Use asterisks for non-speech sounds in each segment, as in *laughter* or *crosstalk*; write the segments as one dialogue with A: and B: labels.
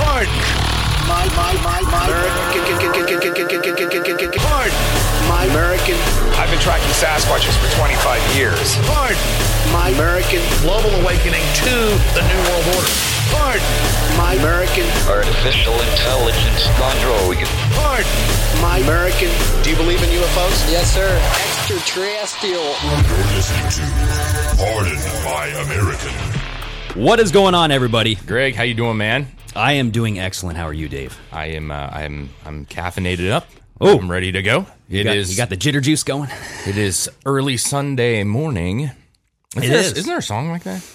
A: Pardon. My, my, my, my. American. Pardon. My American.
B: I've been tracking Sasquatches for 25 years.
A: Pardon. My American.
B: Global awakening to the New World Order.
A: Pardon. My American.
C: Artificial intelligence Monroe.
A: Pardon. My American.
B: Do you believe in UFOs?
D: Yes, sir. Extraterrestrial.
E: You're listening to Pardon My American.
F: What is going on, everybody?
G: Greg, how you doing, man?
F: I am doing excellent. How are you, Dave?
G: I am. Uh, I'm. I'm caffeinated up.
F: Oh.
G: I'm ready to go. It is.
F: Got- You got the jitter juice going?
G: it is early Sunday morning. Isn't
F: It
G: there,
F: is.
G: Isn't Oh, there a song like that?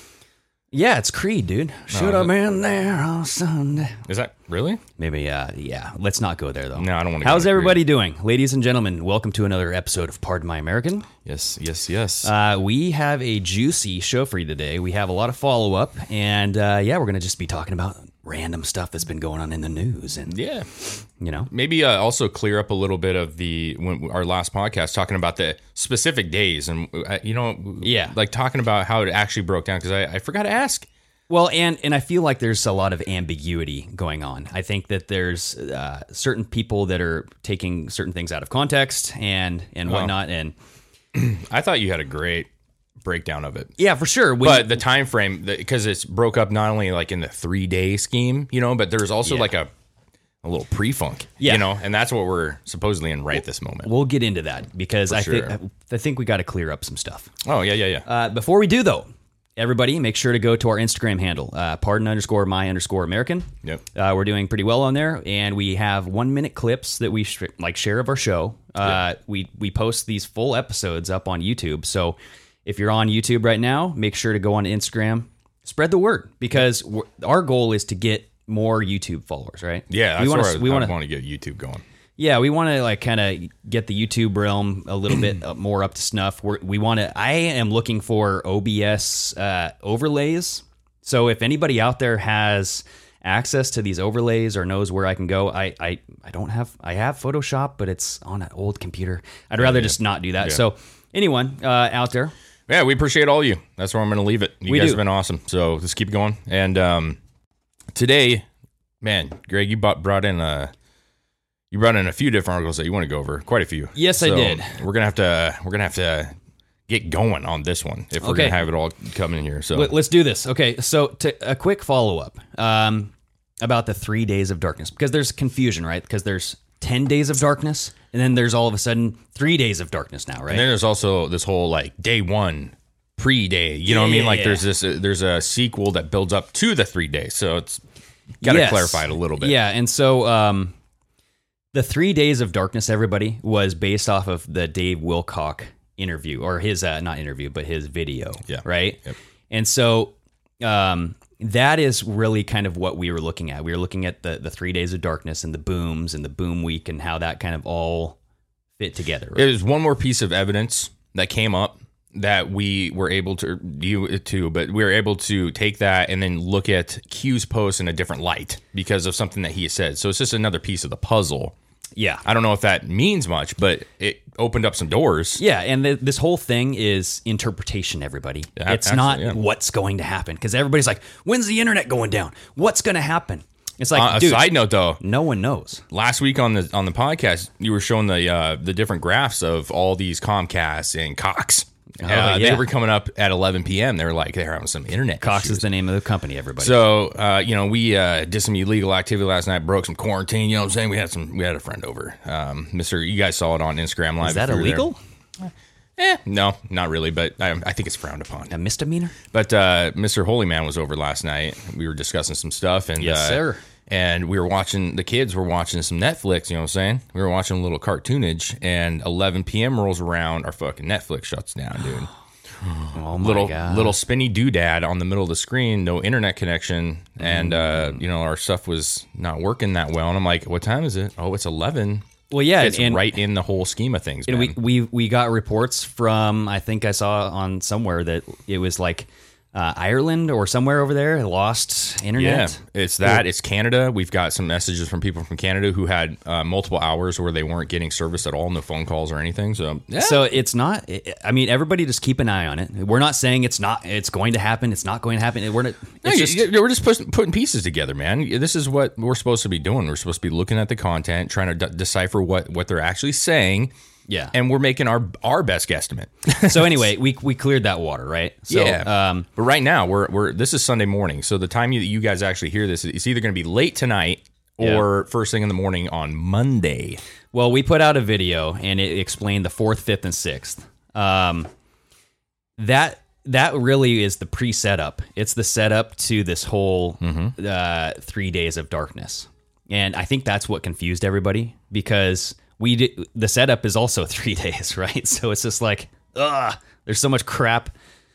F: Yeah, it's Creed, dude. Should have been there on Sunday.
G: Is that really?
F: Maybe, uh, yeah. Let's not go there, though.
G: No, I don't wanna go
F: How's
G: to Creed.
F: everybody doing? Ladies and gentlemen, welcome to another episode of Pardon My American.
G: Yes. Yes. Yes.
F: Uh, we have a juicy show for you today. We have a lot of follow up, and uh, yeah, we're going to just be talking about random stuff that's been going on in the news. And,
G: yeah.
F: you know,
G: Maybe uh, also clear up a little bit of the when our last podcast talking about the specific days and uh, you know
F: Yeah.
G: like talking about how it actually broke down because I, I forgot to ask.
F: Well, and and I feel like there's a lot of ambiguity going on. I think that there's uh, certain people that are taking certain things out of context and and
G: Uh-huh.
F: whatnot. And
G: I thought you had a great breakdown of it.
F: yeah, for sure. When
G: but the time frame because it's broke up not only like in the three day scheme you know but there's also
F: Yeah.
G: like a a little pre-funk
F: Yeah.
G: you know and that's what we're supposedly in right this moment
F: we'll get into that because I
G: sure.
F: think I think we got to clear up some stuff.
G: oh yeah yeah yeah
F: Uh, before we do though, everybody, make sure to go to our Instagram handle, uh, pardon underscore my underscore American.
G: Yep.
F: Uh, we're doing pretty well on there, and we have one minute clips that we sh- like share of our show. Uh, We we post these full episodes up on YouTube. So if you're on YouTube right now, make sure to go on Instagram, spread the word because we're, our goal is to get more YouTube followers, right? we
G: yeah that's
F: want
G: where I-
F: to we
G: I
F: want to
G: want to get youtube going
F: yeah, we want to like kind of get the YouTube realm a little bit uh, more up to snuff. We're, we want to. I am looking for OBS uh, overlays. So if anybody out there has access to these overlays or knows where I can go, I I, I don't have. I have Photoshop, but it's on an old computer. I'd rather just not do that. So anyone uh, out there,
G: yeah we appreciate all you that's where i'm gonna leave it you
F: We
G: guys
F: do.
G: have been awesome so just keep going and um today man greg you bought, brought in a you brought in a few different articles that you want to go over quite a few
F: Yes, I
G: So
F: did.
G: we're gonna have to we're gonna have to get going on this one if we're
F: Okay.
G: gonna have it all coming in here so
F: Let, us do this. Okay, so to, a quick follow up um, about the three days of darkness because there's confusion, right? Because there's ten days of darkness, and then there's all of a sudden three days of darkness now, right?
G: And then there's also this whole like day one, pre day. You know what I
F: Yeah,
G: mean?
F: yeah,
G: Like
F: yeah.
G: there's this uh, there's a sequel that builds up to the three days. So it's got to
F: Yes.
G: clarify it a little bit.
F: Yeah, and so um, the three days of darkness, everybody, was based off of the Dave Wilcock interview or his uh, not interview, but his video.
G: Yeah.
F: Right. And so um, that is really kind of what we were looking at. We were looking at the the three days of darkness and the booms and the boom week and how that kind of all fit together.
G: It was one more piece of evidence that came up that we were able to you too, but we were able to take that and then look at Q's post in a different light because of something that he said. So it's just another piece of the puzzle.
F: Yeah.
G: I don't know if that means much, but it opened up some doors.
F: Yeah, and th- this whole thing is interpretation, everybody.
G: Yeah,
F: it's not
G: absolutely, yeah.
F: what's going to happen because everybody's like, "When's the internet going down? What's going to happen?" It's like,
G: On Uh, a
F: dude,
G: side Oh, note though,
F: no one knows.
G: last week on the on the podcast, you were showing the uh, the different graphs of all these Comcast and Cox. Uh, They
F: Oh, yeah.
G: were coming up at 11 p.m. They were like they're having some internet
F: Cox
G: issues.
F: is the name of the company, everybody.
G: So uh, you know we uh, did some illegal activity last night, broke some quarantine. You know what I'm saying? We had some we had a friend over, um, Mister. You guys saw it on Instagram live.
F: is that
G: if you were there.
F: illegal?
G: Eh, no, not really, but I, I think it's frowned upon.
F: A misdemeanor?
G: But uh, Mr. Holyman was over last night. We were discussing some stuff, and
F: Yes,
G: uh,
F: sir.
G: And we were watching. The kids were watching some Netflix. You know what I'm saying? We were watching a little cartoonage, and 11 p.m. rolls around. Our fucking Netflix shuts down, dude.
F: Oh my
G: little
F: God.
G: little spinny doodad on the middle of the screen, no internet connection, and uh,
F: Mm.
G: you know our stuff was not working that well. And I'm like, "What time is it? Oh, it's 11."
F: Well, yeah,
G: it's
F: and-
G: right in the whole scheme of things.
F: And
G: man.
F: we, we we got reports from I think I saw on somewhere that it was like uh, Ireland or somewhere over there lost internet.
G: Yeah, it's that. It's Canada. We've got some messages from people from Canada who had uh, multiple hours where they weren't getting service at all, no phone calls or anything. So, yeah.
F: So it's not. I mean, everybody just keep an eye on it. We're not saying it's not. It's going to happen. It's not going to happen. We're not.
G: No,
F: It's
G: you-
F: just,
G: you- we're just putting, putting pieces together, man. This is what we're supposed to be doing. We're supposed to be looking at the content, trying to d- decipher what what they're actually saying.
F: Yeah.
G: and we're making our our best guesstimate. *laughs*
F: so anyway, we we cleared that water, right? So,
G: yeah.
F: Um,
G: but right now we're we're this is Sunday morning, so the time you you guys actually hear this, it's either going to be late tonight or first thing in the morning on Monday.
F: Well, we put out a video and it explained the fourth, fifth, and sixth. Um, that that really is the pre setup. It's the setup to this whole uh, three days of darkness, and I think that's what confused everybody because we did, the setup is also *laughs* three days, right? So it's just like, ugh, there's so much crap.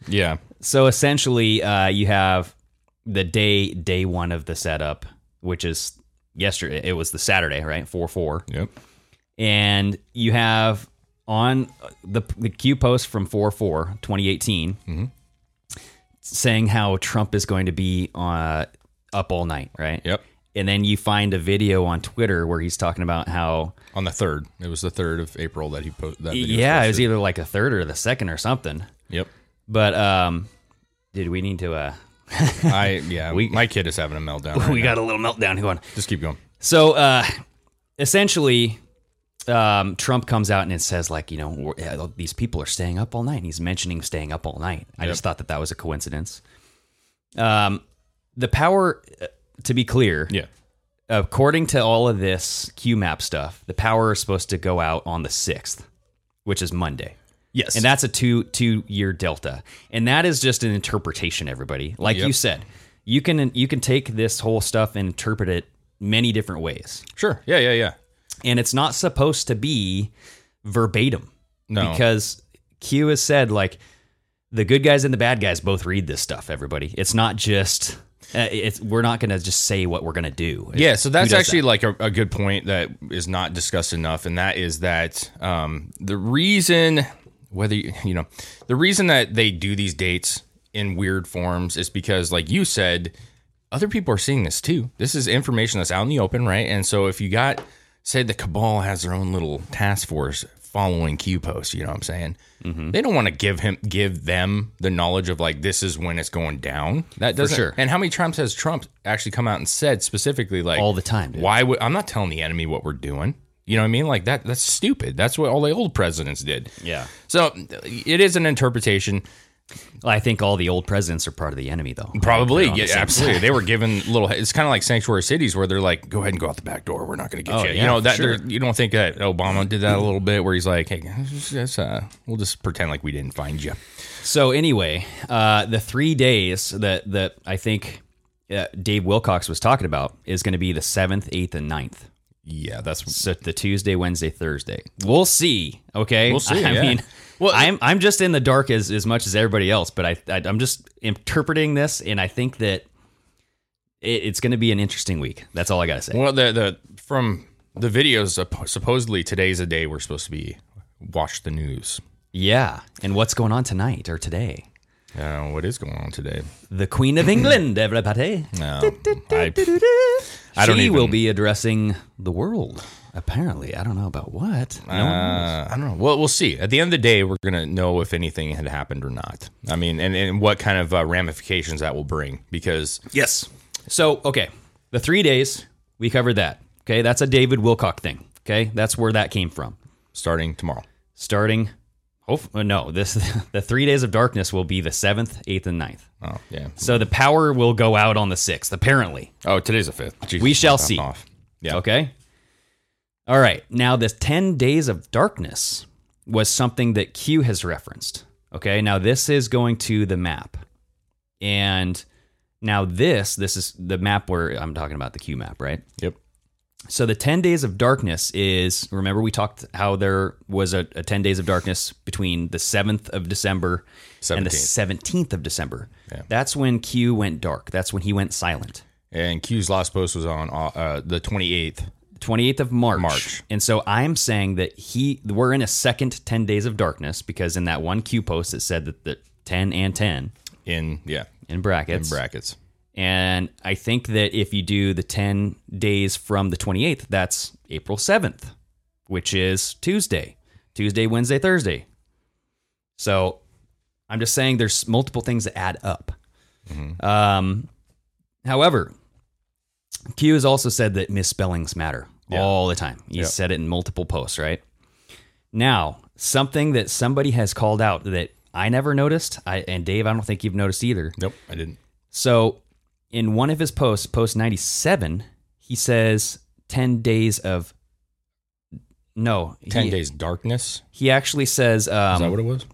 G: Yeah.
F: So essentially, uh, you have the day day one of the setup, which is yesterday. It was the Saturday, right? Four four
G: Yep.
F: and you have on the the Q post from 4 4 2018
G: Mm-hmm.
F: saying how Trump is going to be uh, up all night, right?
G: Yep.
F: And then you find a video on Twitter where he's talking about how,
G: on the third. It was the third of April that he posted. That video
F: yeah, it was
G: posted.
F: either like a third or the second or something. *laughs*
G: Yep.
F: But, um, dude, we need to, uh,
G: I yeah. my kid is having a meltdown.
F: *laughs*
G: right
F: we
G: now.
F: got a little meltdown going.
G: just keep going.
F: So uh, essentially, um, Trump comes out and it says like, you know, we're- yeah, these people are staying up all night. And he's mentioning staying up all night. I just thought that that was a coincidence. Um, the power, uh, to be clear,
G: Yeah.
F: according to all of this QMAP stuff, the power is supposed to go out on the sixth, which is Monday.
G: Yes.
F: And that's a two two year delta. And that is just an interpretation, everybody. Like you
G: Yep.
F: said, you can you can take this whole stuff and interpret it many different ways.
G: Sure. Yeah. Yeah. Yeah.
F: And it's not supposed to be verbatim.
G: No.
F: Because Q has said like the good guys and the bad guys both read this stuff, everybody. It's not just uh, it's we're not going to just say what we're going to do.
G: Yeah, so that's
F: does
G: actually like a, a good point that is not discussed enough, and that is that um, the reason whether you, you know the reason that they do these dates in weird forms is because, like you said, other people are seeing this too. This is information that's out in the open, right? And so if you got say the cabal has their own little task force following Q posts, you know what I'm saying?
F: Mm-hmm.
G: They don't want to give him give them the knowledge of like this is when it's going down. That doesn't
F: sure.
G: and how many times has Trump actually come out and said specifically, like
F: All the time, dude.
G: Why would I'm not telling the enemy what we're doing? You know what I mean? Like that. That's stupid. That's what all the old presidents did.
F: Yeah.
G: So it is an interpretation.
F: I think all the old presidents are part of the enemy, though.
G: Probably.
F: They're on the
G: Yeah.
F: same
G: Absolutely.
F: side.
G: They were given little. It's kind of like sanctuary cities where they're like, go ahead and go out the back door. We're not going to get
F: Oh,
G: you.
F: yeah,
G: you know that.
F: sure.
G: they're- You don't think that Obama did that a little bit where he's like, hey, let's just, uh, we'll just pretend like we didn't find you.
F: So anyway, uh, the three days that that I think uh, Dave Wilcox was talking about is going to be the seventh, eighth, and 9th.
G: Yeah. That's
F: So the Tuesday, Wednesday, Thursday. We'll see. Okay,
G: We'll see,
F: *laughs* I
G: yeah.
F: mean,
G: Well,
F: I'm I'm just in the dark as as much as everybody else, but I, I I'm just interpreting this, and I think that it, it's going to be an interesting week. That's all I got to say.
G: Well, the the from the videos supp- supposedly today's a day we're supposed to be watch the news.
F: Yeah, and what's going on tonight or today?
G: Uh, what is going on today?
F: The Queen of England, everybody.
G: No, I, I don't
F: she
G: even-
F: will be addressing the world. Apparently, I don't know about what. No one knows.
G: uh, I don't know. Well, we'll see. At the end of the day, we're gonna know if anything had happened or not. I mean, and, and what kind of uh, ramifications that will bring because
F: Yes. So, okay, the three days we covered that. Okay, that's a David Wilcock thing. Okay, that's where that came from.
G: starting tomorrow.
F: Starting, hope uh, no, this *laughs* the three days of darkness will be the seventh, eighth, and 9th.
G: Oh yeah.
F: So the power will go out on the sixth. Apparently,
G: Oh, today's the fifth.
F: We shall see.
G: Yeah.
F: Okay. All right. Now, this 10 days of darkness was something that Q has referenced. Okay. Now, this is going to the map. And now, this, this is the map where I'm talking about the Q map, right?
G: Yep.
F: So the 10 days of darkness is remember we talked how there was a, a 10 days of darkness between the 7th of December and the 17th of December. That's when Q went dark. That's when he went silent.
G: And Q's last post was on uh, the 28th.
F: 28th of March.
G: March.
F: And so I'm saying that he we're in a second 10 days of darkness because in that one Q post it said that the 10 and 10
G: In yeah,
F: in brackets.
G: brackets.
F: and I think that if you do the 10 days from the 28th, that's April 7th, which is Tuesday. Tuesday, Wednesday, Thursday. So I'm just saying there's multiple things that add up. Um, however, Q has also said that misspellings matter all the time. He said it in multiple posts, right? Now, something that somebody has called out that I never noticed, I, and Dave, I don't think you've noticed either.
G: Nope, I didn't.
F: So, in one of his posts, post 97, he says 10 days of. No.
G: Ten
F: he,
G: days darkness.
F: He actually says
G: Is that
F: um,
G: what it was?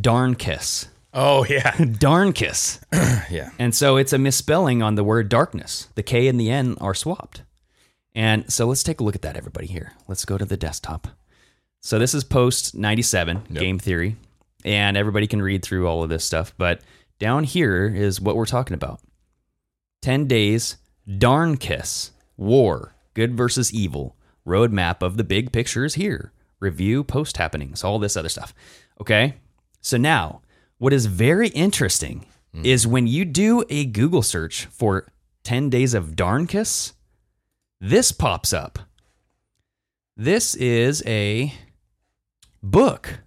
F: darn kiss. *laughs*
G: Oh yeah,
F: Darn kiss.
G: *clears throat* yeah.
F: And so it's a misspelling on the word darkness. The K and the N are swapped. And so let's take a look at that, everybody, here. Let's go to the desktop. So this is post 97, game theory. And everybody can read through all of this stuff. But down here is what we're talking about 10 days, darn kiss, war, good versus evil, roadmap of the big picture is here, review, post happenings, all this other stuff. Okay. So now, what is very interesting is when you do a Google search for 10 days of darn kiss, this pops up. This is a book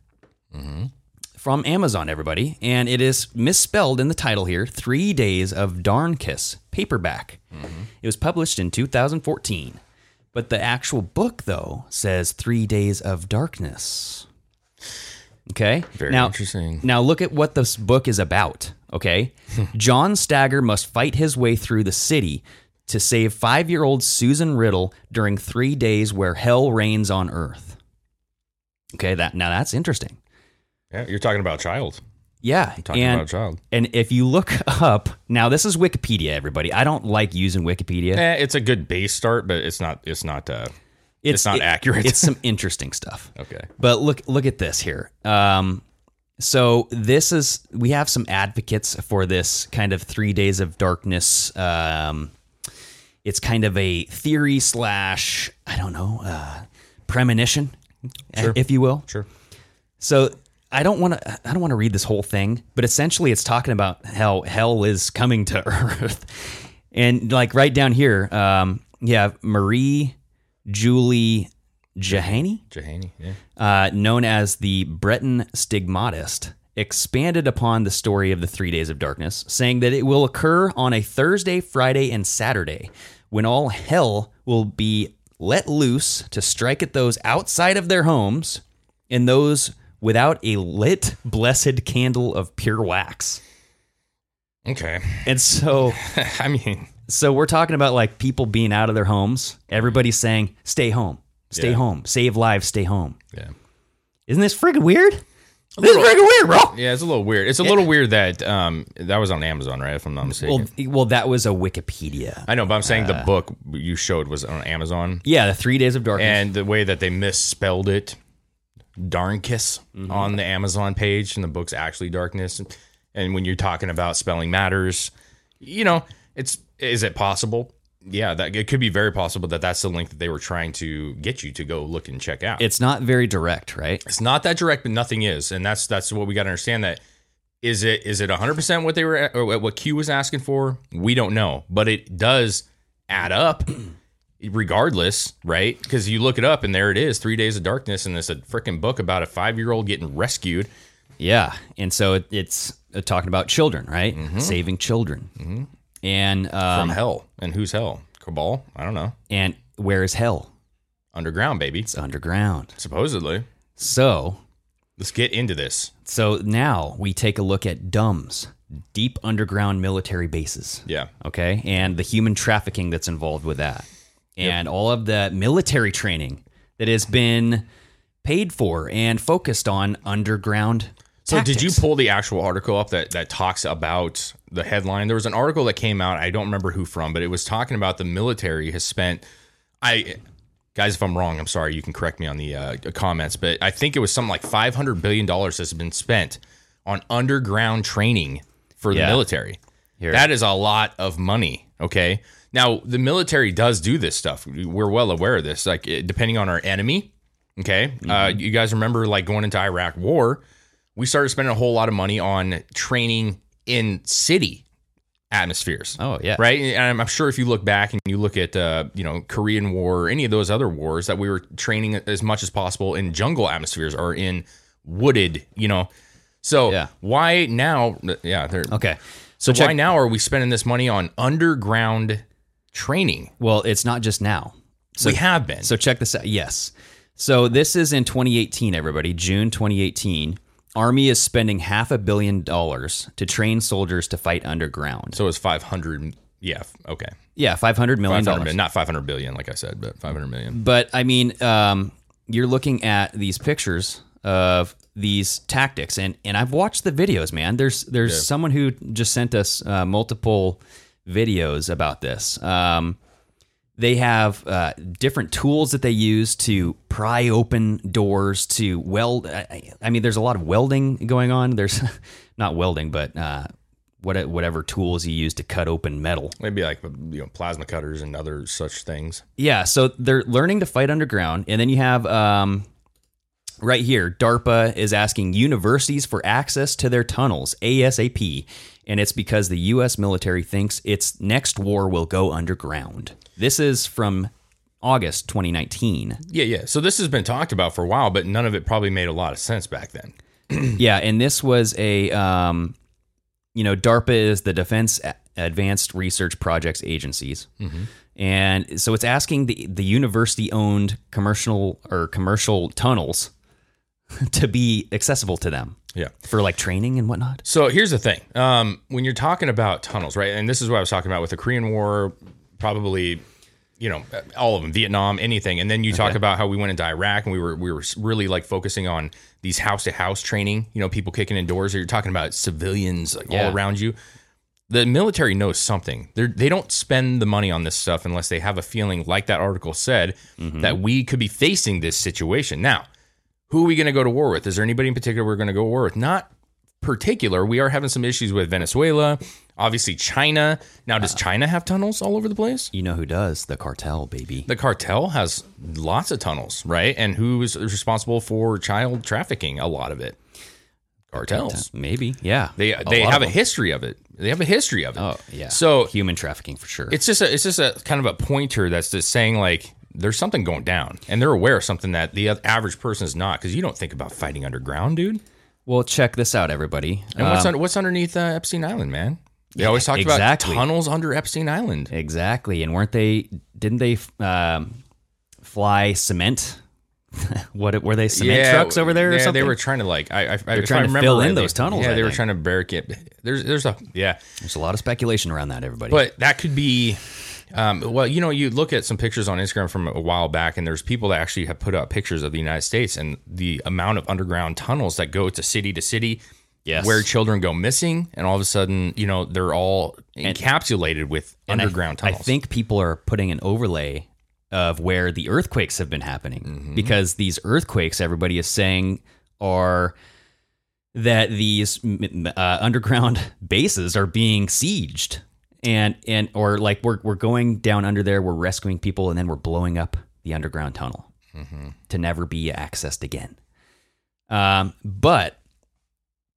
F: from Amazon, everybody, and it is misspelled in the title here Three Days of Darn Kiss paperback.
G: Mm-hmm.
F: It was published in 2014. But the actual book, though, says Three Days of Darkness. Okay.
G: Very
F: now,
G: interesting.
F: Now, look at what this book is about.
G: *laughs*
F: Okay. John Stagger must fight his way through the city to save five year old Susan Riddle during three days where hell reigns on earth. Okay. That Now, that's interesting.
G: Yeah, you're talking about a child.
F: Yeah,
G: talking
F: and,
G: about a child.
F: And if you look *laughs* up now, this is Wikipedia. Everybody, I don't like using Wikipedia.
G: Eh, it's a good base start, but it's not. It's not. Uh, it's not accurate.
F: It's
G: *laughs*
F: some interesting stuff.
G: okay.
F: But look, look at this here. Um, so this is we have some advocates for this kind of three days of darkness. Um, it's kind of a theory slash I don't know uh, premonition, if you will.
G: Sure.
F: So I don't want to. I don't want to read this whole thing, but essentially, it's talking about how hell is coming to *laughs* Earth, and like right down here, um, you have Marie Julie Jahani,
G: Jahani. Yeah.
F: uh, known as the Breton stigmatist. Expanded upon the story of the three days of darkness, saying that it will occur on a Thursday, Friday, and Saturday when all hell will be let loose to strike at those outside of their homes and those without a lit blessed candle of pure wax.
G: Okay. *laughs*
F: And so
G: I mean,
F: so we're talking about like people being out of their homes, everybody's saying stay home. Stay
G: Yeah.
F: home. Save lives, stay home.
G: yeah.
F: Isn't this friggin' weird? This is friggin' weird, bro.
G: Yeah, it's a little weird. It's a little weird that um that was on Amazon, right? If I'm not mistaken.
F: Well, th- well that was a Wikipedia.
G: I know, but I'm saying the book you showed was on Amazon,
F: Yeah, the 3 days of darkness.
G: and the way that they misspelled it, darn kiss, on the Amazon page, and the book's actually darkness. And, and when you're talking about spelling matters, you know, it's is it possible? Yeah, that it could be very possible that that's the link that they were trying to get you to go look and check out.
F: it's not very direct, right?
G: it's not that direct, but nothing is, and that's that's what we got to understand. That is it is it 100 percent what they were or what Q was asking for? We don't know, but it does add up, *clears throat* regardless, right? Because you look it up, and there it is, three days of darkness, and it's a freaking book about a five year old getting rescued.
F: Yeah. And so it, it's uh, talking about children, right?
G: Mm-hmm.
F: Saving children. And
G: From
F: um,
G: hell, and who's hell? Cabal? I don't know.
F: and where is hell?
G: Underground, baby.
F: It's underground.
G: Supposedly.
F: So,
G: Let's get into this.
F: so now we take a look at DUMS, deep underground military bases.
G: Yeah.
F: Okay, and the human trafficking that's involved with that, and all of the military training that has been paid for and focused on underground.
G: So did you
F: tactics.
G: pull the actual article up that that talks about the headline? There was an article that came out. I don't remember who from, but it was talking about the military has spent I guys, if I'm wrong, I'm sorry. You can correct me on the uh, comments, but I think it was something like 500 billion dollars has been spent on underground training for the
F: Yeah.
G: military. That is a lot of money. Okay, now the military does do this stuff. We're well aware of this. Like it- depending on our enemy. Okay, uh,
F: Mm-hmm.
G: you guys remember like going into Iraq War, we started spending a whole lot of money on training in city atmospheres.
F: Oh, yeah.
G: Right. And I'm, I'm sure if you look back and you look at, uh, you know, Korean War or any of those other wars that we were training as much as possible in jungle atmospheres or in wooded, you know. So
F: Yeah.
G: why now? Yeah. they're-
F: Okay.
G: So,
F: check-
G: why now are we spending this money on underground training?
F: Well, it's not just now. So
G: we have been.
F: So check this out. Yes. So this is in 2018, everybody, June 2018. Army is spending half a billion dollars to train soldiers to fight underground. So
G: so it's 500. Yeah. f- Okay.
F: yeah, 500 million
G: 500
F: dollars.
G: million, not 500 billion, like I said, but 500 million.
F: But I mean, um, you're looking at these pictures of these tactics, and and I've watched the videos, man. There's there's someone who just sent us uh, multiple videos about this. Um, they have uh, different tools that they use to pry open doors to weld. I, I- I mean, there's a lot of welding going on. There's *laughs* not welding, but uh, what whatever tools you use to cut open metal.
G: Maybe like, you know, plasma cutters and other such things.
F: Yeah, so they're learning to fight underground, and then you have um, right here, DARPA is asking universities for access to their tunnels ASAP, and it's because the U.S. military thinks its next war will go underground. This is from August 2019.
G: Yeah, yeah. So this has been talked about for a while, but none of it probably made a lot of sense back then.
F: yeah, and this was a, um, you know, DARPA is the Defense A- Advanced Research Projects Agencies,
G: Mm-hmm.
F: and so it's asking the the university owned commercial or commercial tunnels *laughs* to be accessible to them
G: Yeah.
F: for like training and whatnot.
G: So here's the thing. Um, when you're talking about tunnels, right? And this is what I was talking about with the Korean War, probably, you know, all of them, Vietnam, anything. And then you talk about how we went into Iraq and we were we were really like focusing on these house to house training. You know, people kicking in doors. Or you're talking about civilians like,
F: Yeah.
G: all around you. The military knows something. They're, they don't spend the money on this stuff unless they have a feeling, like that article said, that we could be facing this situation. Now, who are we going to go to war with? Is there anybody in particular we're going to go to war with? Not particular. We are having some issues with Venezuela, obviously China. Now,
F: Uh-huh.
G: does China have tunnels all over the place?
F: You know who does the cartel, baby?
G: The cartel has lots of tunnels, right? And who is responsible for child trafficking? A lot of it. Cartels.
F: Maybe, yeah.
G: They
F: A
G: they
F: lot
G: have a
F: of them.
G: history of it. They have a history of it.
F: Oh yeah.
G: So
F: human trafficking for sure.
G: it's just a, it's just a kind of a pointer that's just saying like there's something going down, and they're aware of something that the average person is not because you don't think about fighting underground, dude.
F: well, check this out, everybody.
G: And what's
F: Um,
G: un- what's underneath uh, Epstein Island, man? They always talked
F: exactly.
G: about tunnels under Epstein Island.
F: Exactly. And weren't they? Didn't they um, fly cement? *laughs* what were they? Cement trucks over there or
G: yeah,
F: something?
G: They were trying to like I, I, if I
F: trying to
G: remember
F: fill in
G: rightly-
F: those tunnels,
G: Yeah,
F: I
G: they were
F: think.
G: trying to barricade. There's there's a yeah,
F: There's a lot of speculation around that. Everybody.
G: but that could be. Um, well, you know, you look at some pictures on Instagram from a while back, and there's people that actually have put up pictures of the United States and the amount of underground tunnels that go to city to city,
F: yes.
G: where children go missing, and all of a sudden, you know, they're all encapsulated with
F: And I-
G: underground tunnels.
F: I think people are putting an overlay of where the earthquakes have been happening
G: Mm-hmm.
F: because these earthquakes, everybody is saying, are that these mm, uh, underground *laughs* bases are being sieged and and or like we're we're going down under there, we're rescuing people, and then we're blowing up the underground tunnel
G: Mm-hmm.
F: to never be accessed again. Um, but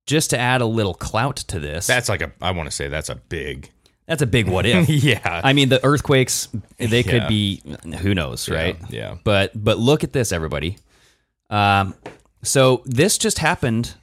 F: just to add a little clout to this,
G: that's like a. I want to say that's a big.
F: that's a big what if.
G: *laughs* Yeah.
F: I mean, the earthquakes, they
G: Yeah.
F: could be, who knows, right?
G: yeah.
F: But, but look at this, everybody. Um, so this just happened,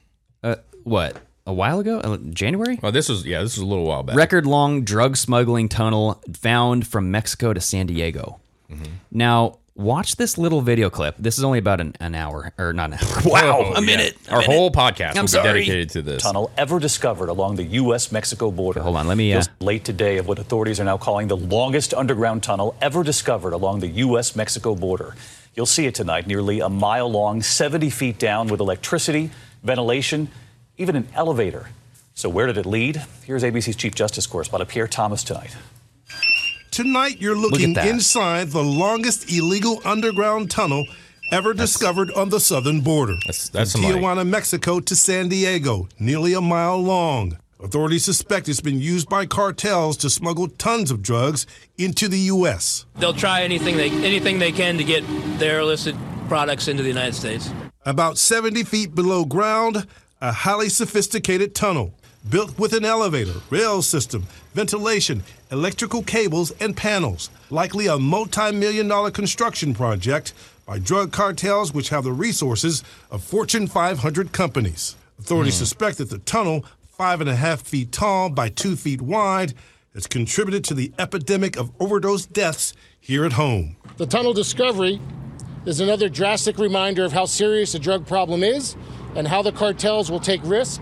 F: uh, what, a while ago? Uh, January?
G: Well, this was yeah, this was a little while back.
F: Record long drug smuggling tunnel found from Mexico to San Diego.
G: Mm-hmm.
F: Now, watch this little video clip. This is only about an, an hour, or not an hour.
G: *laughs* wow, Oh, a minute. Our whole podcast will be
F: sorry.
G: dedicated to this.
H: tunnel ever discovered along the U.S. Mexico border.
F: Hold on, let me. Uh,
H: Just late today of what authorities are now calling the longest underground tunnel ever discovered along the U.S. Mexico border. You'll see it tonight, nearly a mile long, 70 feet down, with electricity, ventilation, even an elevator. So, where did it lead? Here's ABC's Chief Justice correspondent Pierre Thomas tonight.
I: Tonight, you're looking inside the longest illegal underground tunnel ever discovered on the southern border.
G: That's, that's
I: from
G: somebody.
I: Tijuana, Mexico to San Diego, nearly a mile long. Authorities suspect it's been used by cartels to smuggle tons of drugs into the U.S.
J: They'll try anything they anything they can to get their illicit products into the United States.
I: About 70 feet below ground, a highly sophisticated tunnel built with an elevator, rail system, ventilation, electrical cables, and panels. Likely a multi million dollar construction project by drug cartels which have the resources of Fortune 500 companies. Authorities
K: Hmm.
I: suspect that the tunnel, five and a half feet tall by two feet wide, has contributed to the epidemic of overdose deaths here at home.
L: The tunnel discovery is another drastic reminder of how serious the drug problem is and how the cartels will take risks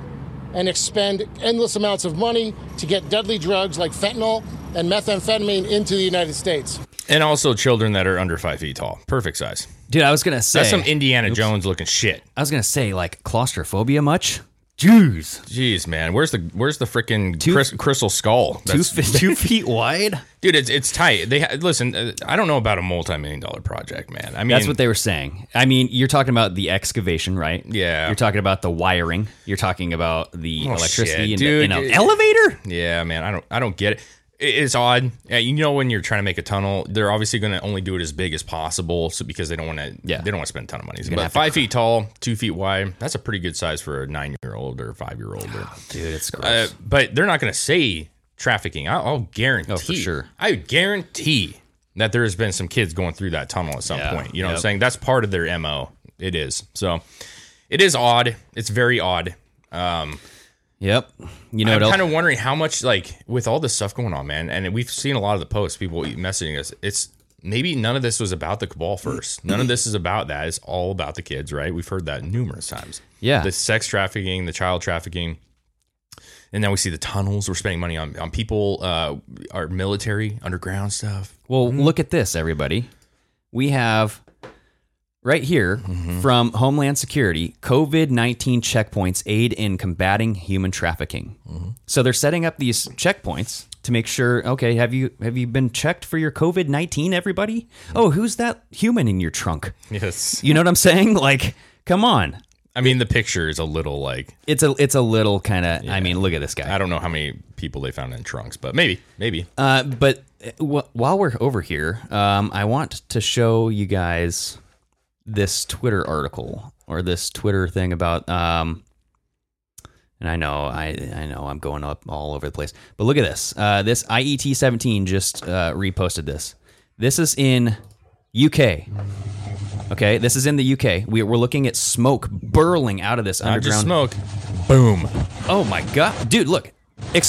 L: and expend endless amounts of money to get deadly drugs like fentanyl and methamphetamine into the United States.
G: And also children that are under five feet tall. Perfect size.
F: Dude, I was gonna say
G: That's some Indiana Jones looking shit.
F: I was gonna say like claustrophobia much. Jeez.
G: Jeez, man. Where's the where's the freaking crys- crystal skull?
F: two fe-
G: *laughs*
F: two feet wide?
G: Dude, it's it's tight. They ha- listen, uh, I don't know about a multi-million dollar project, man. I mean,
F: that's what they were saying. I mean, you're talking about the excavation, right?
G: Yeah.
F: You're talking about the wiring. You're talking about the
G: Oh,
F: electricity and
G: shit, dude.
F: the, and the elevator.
G: Yeah, man, I don't, I don't get it. It- It's odd. Yeah, You know, when you're trying to make a tunnel, they're obviously going to only do it as big as possible, so because they don't want to, yeah, they don't want to spend a ton of money.
F: You're gonna
G: But
F: have to
G: five feet tall, two feet wide, that's a pretty good size for a nine year old or five year old.
F: dude, it's
G: gross. Uh, but they're not going to say trafficking. I, I'll guarantee. Oh, for sure. I guarantee that there has been some kids going through that tunnel at some point. You know what I'm
F: Yep.
G: saying? That's part of their mo. It is. So it is odd. It's very odd. Um,
F: Yep. You know
G: I'm
F: what else-
G: kind of wondering how much, like, with all this stuff going on, man, and we've seen a lot of the posts, people messaging us. It's maybe none of this was about the cabal first. None of this is about that. It's all about the kids, right? We've heard that numerous times.
F: Yeah.
G: The sex trafficking, the child trafficking. And now we see the tunnels. We're spending money on, on people, uh, our military, underground stuff.
F: Well, look at this, everybody. We have right here
G: Mm-hmm.
F: from Homeland Security COVID 19 checkpoints aid in combating human trafficking.
G: Mm-hmm.
F: So they're setting up these checkpoints to make sure okay have you have you been checked for your covid-19 everybody
G: Mm-hmm.
F: oh who's that human in your trunk
G: yes
F: you know what i'm saying *laughs* like come on
G: I mean, the picture is a little like
F: it's a it's a little kind of. I mean, look at this guy.
G: I don't know how many people they found in trunks, but maybe, maybe.
F: Uh, but w- while we're over here, um, I want to show you guys this Twitter article or this Twitter thing about. Um, and I know, I I know, I'm going up all over the place. But look at this. Uh, this IET17 just uh, reposted this. This is in UK. Okay, this is in the UK. We, we're looking at smoke burling out of this
G: Not
F: underground
G: just smoke. Boom.
F: Oh my god, dude! Look,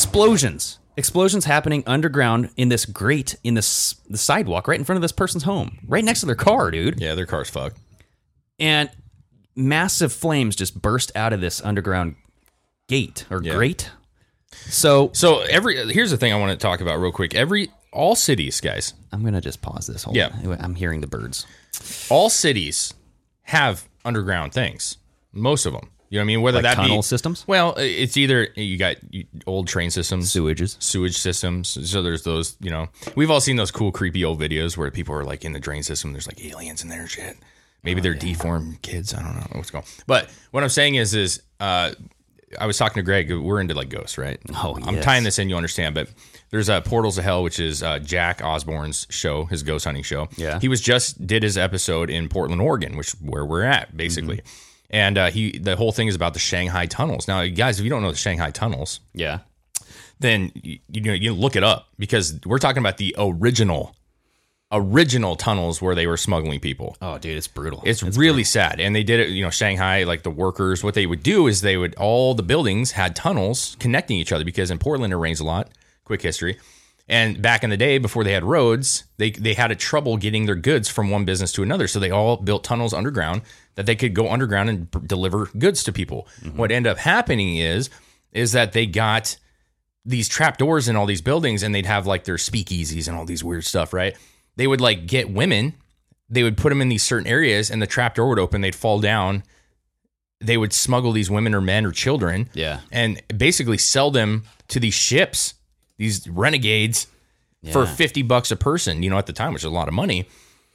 F: explosions, explosions happening underground in this grate in this the sidewalk right in front of this person's home, right next to their car, dude.
G: Yeah, their car's fucked.
F: And massive flames just burst out of this underground gate or grate. So,
G: so every here's the thing I want to talk about real quick. Every all cities, guys.
F: I'm gonna just pause this. Hold
G: yeah,
F: on. I'm hearing the birds.
G: All cities have underground things. Most of them. You know what I mean? Whether
F: Like
G: that
F: tunnel
G: be
F: systems?
G: Well, it's either you got you- old train systems,
F: sewages,
G: sewage systems. So there's those. You know, we've all seen those cool, creepy old videos where people are like in the drain system. There's like aliens in there, and shit.
F: Oh,
G: Maybe they're deformed kids. I don't know what's going. on. But what I'm saying is, is uh, I was talking to Greg. We're into like ghosts, right?
F: Oh,
G: I'm
F: yes.
G: tying this in. You understand, but there's uh, Portals of Hell, which is uh, Jack Osborne's show, his ghost hunting show.
F: Yeah.
G: he was just did his episode in Portland, Oregon, which where we're at basically.
F: Mm-hmm.
G: And uh, he the whole thing is about the Shanghai tunnels. Now, guys, if you don't know the Shanghai tunnels,
F: yeah,
G: then you, you know you look it up because we're talking about the original original tunnels where they were smuggling people.
F: Oh, dude, it's brutal.
G: It's, really sad. And they did it, you know, Shanghai, like the workers, what they would do is they would, all the buildings had tunnels connecting each other because in Portland it rains a lot. Quick history. And back in the day, before they had roads, they, they had a trouble getting their goods from one business to another. So they all built tunnels underground that they could go underground and pr- deliver goods to people. What ended up happening is, is that they got these trap doors in all these buildings and they'd have like their speakeasies and all these weird stuff, right? They would like get women, they would put them in these certain areas and the trap door would open, they'd fall down. They would smuggle these women or men or children
F: Yeah.
G: and basically sell them to these ships, these renegades for
F: Yeah.
G: 50 bucks a person, you know, at the time, which is a lot of money.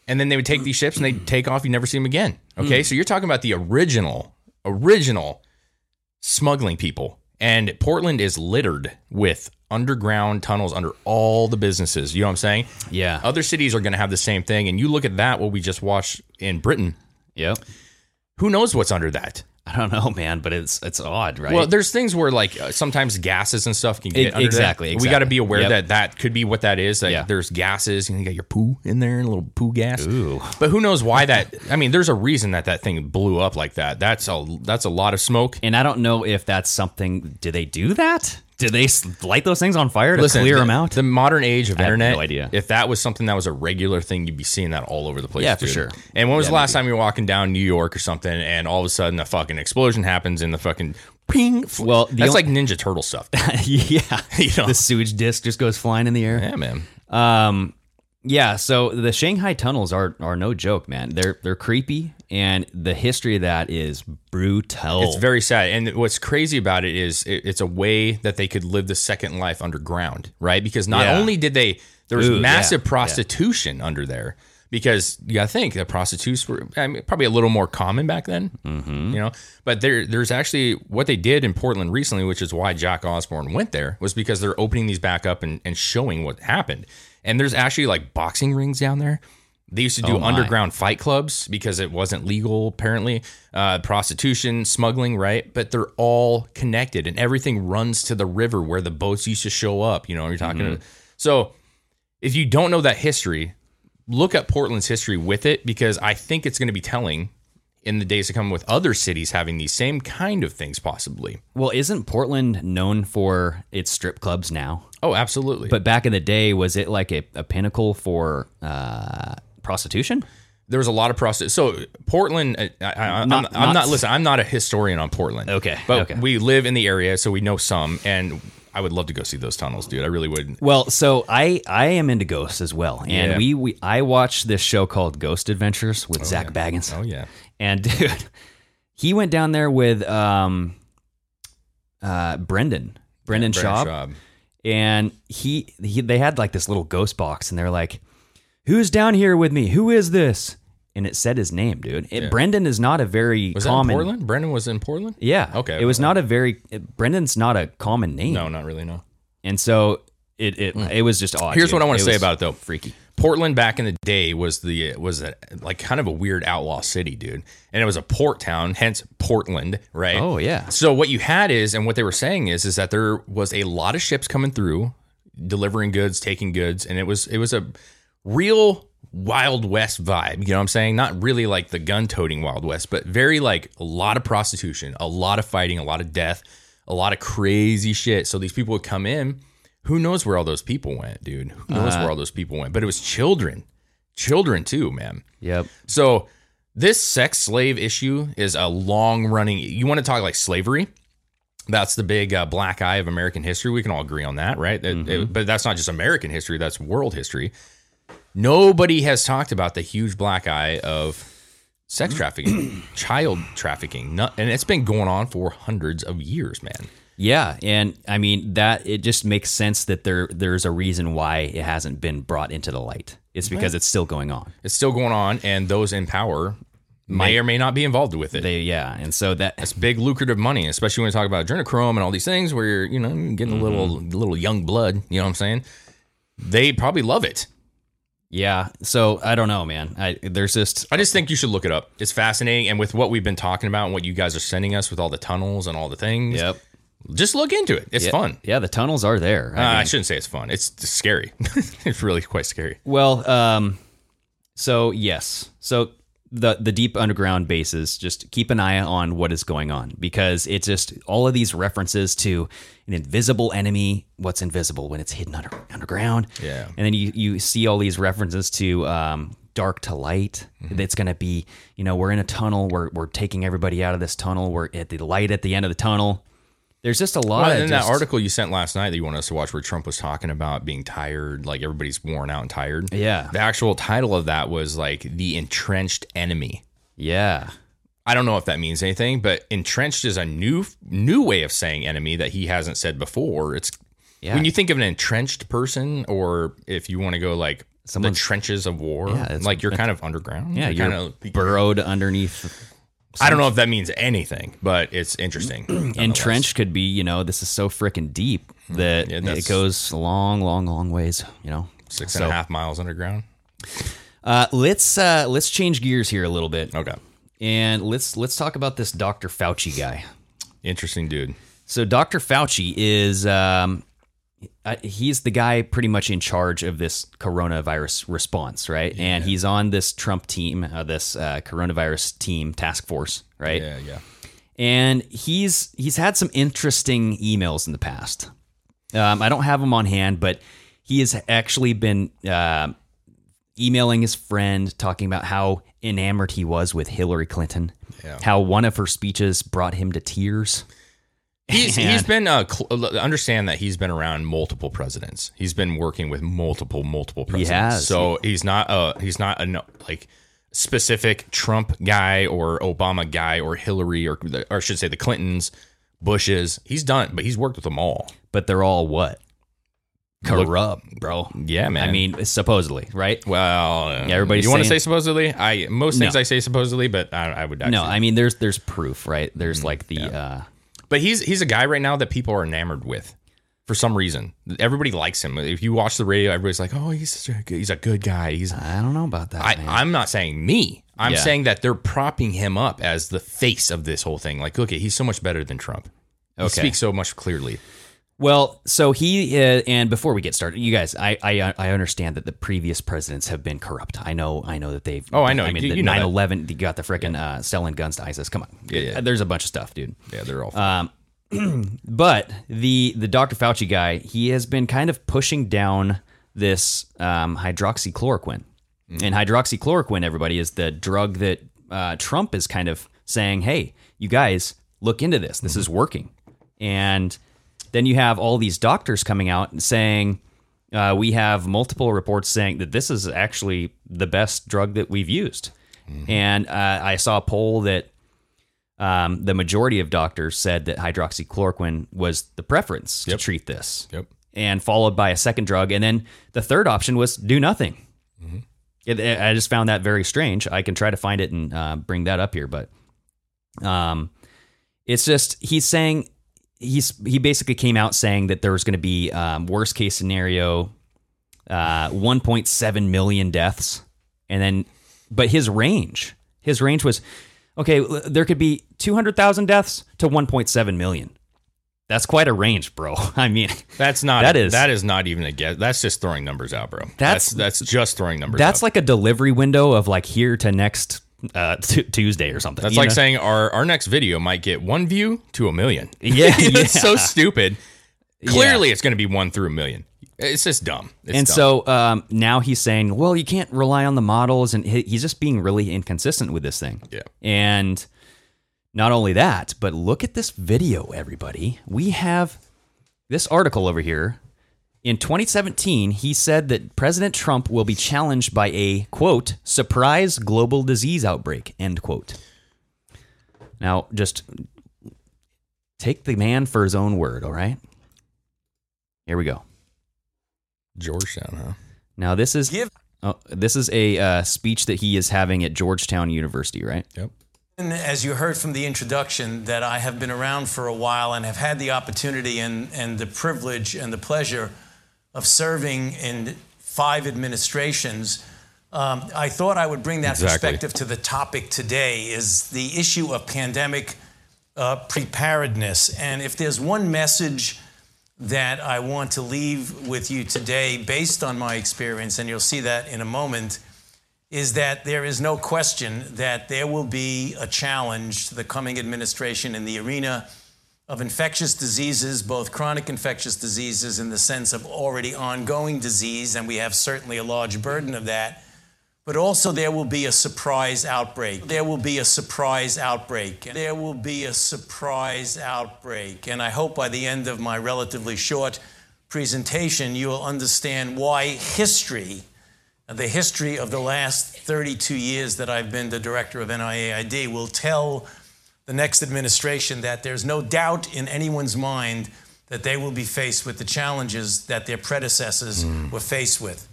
G: And then they would take these ships and
F: Hmm.
G: they'd take off. You never see them again. Okay.
F: Mm.
G: So you're talking about the original, original smuggling people. And Portland is littered with underground tunnels under all the businesses. You know what I'm saying?
F: Yeah.
G: Other cities are going to have the same thing. And you look at that, what we just watched in Britain.
F: Yeah.
G: Who knows what's under that?
F: I don't know, man, but it's it's odd, right?
G: Well, there's things where like uh, sometimes gases and stuff can get
F: E-
G: under that.
F: exactly,
G: We got to
F: exactly.
G: be aware
F: Yep.
G: that that could be what that is. That there's gases. You got your poo in there and a little poo gas.
F: Ooh.
G: But who knows why that? I mean, there's a reason that that thing blew up like that. That's a that's a lot of smoke.
F: And I don't know if that's something. Do they do that? Do they s- light those things on fire to
G: Listen,
F: clear
G: the-
F: them out?
G: The modern age of
F: I have
G: internet.
F: no idea.
G: If that was something that was a regular thing, you'd be seeing that all over the place.
F: Yeah, for
G: dude.
F: sure.
G: And when was
F: Yeah,
G: the last time you were walking down New York or something, and all of a sudden a fucking explosion happens and the fucking ping? Well, that's
F: only-
G: like Ninja
F: *laughs*
G: Turtle stuff.
F: yeah, the sewage disc just goes flying in the air.
G: Yeah, man.
F: Um, yeah. So the Shanghai tunnels are are no joke, man. They're they're creepy, and the history of that is brutal.
G: It's very sad. And what's crazy about it is it, it's a way that they could live the second life underground, right? Because not
F: Yeah.
G: only did they, there was
F: Ooh, yeah,
G: massive
F: yeah.
G: prostitution under there. Because you got to think that prostitutes were I mean, probably a little more common back then, you know. But there, there's actually what they did in Portland recently, which is why Jack Osborne went there, was because they're opening these back up and, and showing what happened. And there's actually like boxing rings down there. They used to do
F: Oh, my.
G: underground fight clubs because it wasn't legal, apparently. Uh, prostitution, smuggling, right? But they're all connected and everything runs to the river where the boats used to show up. You know, you're talking
F: Mhm.
G: So if you don't know that history, look at Portland's history with it because I think it's going to be telling in the days to come with other cities having these same kind of things, possibly.
F: Well, isn't Portland known for its strip clubs now?
G: Oh, absolutely.
F: But back in the day, was it like a, a pinnacle for uh, prostitution?
G: There was a lot of prostitution. So Portland, I, I, I'm
F: Not-
G: not, I'm
F: not-
G: not listen. I'm not a historian on Portland. Okay, but
F: okay.
G: we live in the area, so we know some. And I would love to go see those tunnels, dude. I really would.
F: Well, so I I am into ghosts as well, and
G: Yeah.
F: we we I watched this show called Ghost Adventures with Zach Baggins.
G: Oh yeah,
F: and *laughs* dude, he went down there with um, uh, Brendan Brendan
G: Brendan
F: Schaub,
G: Schaub.
F: and he, he they had like this little ghost box, and they're like, "Who's down here with me? Who is this?" And it said his name, dude. It,
G: Yeah.
F: Brendan is not a very
G: Was that
F: common.
G: in Portland? Brendan was in Portland.
F: Yeah.
G: Okay.
F: It was not a very Brendan's not a common name.
G: No, not really. No.
F: And so it it, it was just odd.
G: Here's
F: dude.
G: what I want to say
F: was
G: about it though.
F: Freaky.
G: Portland back in the day was the was a, like kind of a weird outlaw city, dude. And it was a port town, hence Portland, right?
F: Oh, yeah.
G: So what you had is and what they were saying is is that there was a lot of ships coming through delivering goods, taking goods, and it was it was a real Wild West vibe, you know what I'm saying? Not really like the gun toting Wild West, but very like a lot of prostitution, a lot of fighting, a lot of death, a lot of crazy shit. So these people would come in. Who knows where all those people went, dude? Who knows
F: Uh,
G: where all those people went? But it was children, children too, man.
F: Yep.
G: So this sex slave issue is a long running. You want to talk like slavery? That's the big uh, black eye of American history. We can all agree on that, right? That- it- but that's not just American history; that's world history. Nobody has talked about the huge black eye of sex trafficking, *clears throat* child trafficking, No- and it's been going on for hundreds of years, man.
F: Yeah, and I mean that it just makes sense that there there's a reason why it hasn't been brought into the light. It's because
G: Right.
F: it's still going on.
G: It's still going on, and those in power may
F: Might-
G: or may not be involved with it.
F: They, yeah, and so that
G: that's big lucrative money, especially when you talk about adrenochrome and all these things where you're, you know, getting
F: Mm-hmm.
G: a little little young blood. You know what I'm saying? They probably love it.
F: Yeah. So I don't know, man. I there's just
G: I just think you should look it up. It's fascinating, and with what we've been talking about and what you guys are sending us with all the tunnels and all the things.
F: Yep.
G: Just look into it. It's
F: Yeah.
G: fun.
F: Yeah, the tunnels are there.
G: Uh, I, shouldn't say it's fun. It's scary. *laughs* it's really quite scary.
F: Well, um, so yes, so the the deep underground bases. Just keep an eye on what is going on because it's just all of these references to an invisible enemy. What's invisible when it's hidden under, underground?
G: Yeah.
F: and then you you see all these references to um, dark to light.
G: Mm-hmm.
F: It's going to be you know we're in a tunnel. We're we're taking everybody out of this tunnel. We're at the light at the end of the tunnel. There's just a lot.
G: Well,
F: of
G: and then that
F: just-
G: article you sent last night that you wanted us to watch, where Trump was talking about being tired, like everybody's worn out and tired.
F: Yeah.
G: The actual title of that was like the entrenched enemy.
F: Yeah.
G: I don't know if that means anything, but entrenched is a new new way of saying enemy that he hasn't said before. It's
F: Yeah.
G: When you think of an entrenched person, or if you want to go like the trenches of war,
F: Yeah, it's-
G: like you're kind of underground.
F: Yeah, you're
G: kind of
F: burrowed underneath.
G: I don't know if that means anything, but it's
F: *clears throat*
G: interesting.
F: Entrenched could be, you know, this is so freaking deep that
G: Mm-hmm. that's-
F: it goes a long, long, long ways. You know,
G: Six and a half miles underground.
F: Uh, let's uh, let's change gears here a little bit. Okay. And let's let's talk about this Dr. Fauci guy.
G: Interesting dude.
F: So Dr. Fauci is um, uh, he's the guy pretty much in charge of this coronavirus response, right? And he's on this Trump team, uh, this uh, coronavirus team task force, right?
G: Yeah, yeah.
F: And he's he's had some interesting emails in the past. Um, I don't have them on hand, but he has actually been uh, emailing his friend, talking about how enamored he was with Hillary Clinton,
G: Yeah.
F: how one of her speeches brought him to tears. *laughs*
G: He's, he's
F: And-
G: been uh, cl- understand that he's been around multiple presidents. He's been working with multiple multiple
F: He
G: presidents.
F: has.
G: So he's not uh he's not a no- like specific Trump guy or Obama guy or Hillary or the- or I should say the Clintons, Bushes. He's done, but he's worked with them all.
F: But they're all what corrupt, bro.
G: Yeah, man.
F: I mean, supposedly, right?
G: Well,
F: yeah, everybody's
G: you want to say
F: saying-
G: supposedly? I most things
F: No.
G: I say supposedly, but I, I would actually
F: no. I mean, there's there's proof, right? There's
G: Mm,
F: like the uh,
G: But he's he's a guy right now that people are enamored with for some reason. Everybody likes him. If you watch the radio, everybody's like, "Oh, he's such a good, he's a good guy." He's
F: I don't know about that.
G: I
F: Oh, man.
G: I'm not saying me. I'm
F: Yeah.
G: saying that they're propping him up as the face of this whole thing. Like, look at he's so much better than Trump. He
F: Okay.
G: speaks so much clearly.
F: Well, so he uh, and before we get started, you guys, I, I I understand that the previous presidents have been corrupt. I know, I know that they've.
G: Oh, I know.
F: I mean,
G: You-
F: the
G: you know that.
F: 9/11, you got the frickin' uh, selling guns to ISIS. Come on,
G: yeah.
F: there's a bunch of stuff, dude.
G: Yeah, they're all.
F: Um, but the the Dr. Fauci guy, he has been kind of pushing down this um, hydroxychloroquine, and hydroxychloroquine, everybody, is the drug that uh, Trump is kind of saying, "Hey, you guys, look into this. This is working." And then you have all these doctors coming out and saying, uh, "We have multiple reports saying that this is actually the best drug that we've used." And uh, I saw a poll that um, the majority of doctors said that hydroxychloroquine was the preference to treat this.
G: Yep.
F: And followed by a second drug. And then the third option was do nothing. It, it- I just found that very strange. I can try to find it and uh, bring that up here, but um, it's just he's saying he's he basically came out saying that there was going to be um, worst case scenario uh, 1.7 million deaths, and then but his range his range was okay. l- There could be 200,000 deaths to 1.7 million. That's quite a range, bro. *laughs* I mean,
G: That's not
F: That is-
G: that is not even a guess. That's just throwing numbers out, bro.
F: That's-
G: That's that's, just throwing numbers. out.
F: that's like a delivery window of like here to next uh, *laughs* t- Tuesday or something.
G: That's
F: you
G: like
F: know?
G: saying our our next video might get one view to a million.
F: Yeah,
G: *laughs* it's so
F: yeah.
G: stupid. Clearly, it's going to be one through a million. It's just dumb. It's
F: and
G: dumb.
F: so um, now he's saying, well, you can't rely on the models, and he, he's just being really inconsistent with this thing.
G: Yeah.
F: And not only that, but look at this video, everybody. We have this article over here. In 2017, he said that President Trump will be challenged by a quote surprise global disease outbreak end quote. Now, just take the man for his own word. All right. Here we go.
G: Georgetown, huh?
F: Now this is oh, this is a uh, speech that he is having at Georgetown University, right?
G: Yep.
K: As you heard from the introduction, that I have been around for a while and have had the opportunity and, and the privilege and the pleasure of serving in five administrations. Um, I thought I would bring that
G: Exactly.
K: perspective to the topic today is the issue of pandemic uh, preparedness. And if there's one message that I want to leave with you today, based on my experience, and you'll see that in a moment, is that there is no question that there will be a challenge to the coming administration in the arena of infectious diseases, both chronic infectious diseases in the sense of already ongoing disease, and we have certainly a large burden of that. But also, there will be a surprise outbreak. There will be a surprise outbreak. There will be a surprise outbreak. And I hope by the end of my relatively short presentation, you will understand why history, the history of the last 32 years that I've been the director of NIAID, will tell the next administration that there's no doubt in anyone's mind that they will be faced with the challenges that their predecessors were faced with.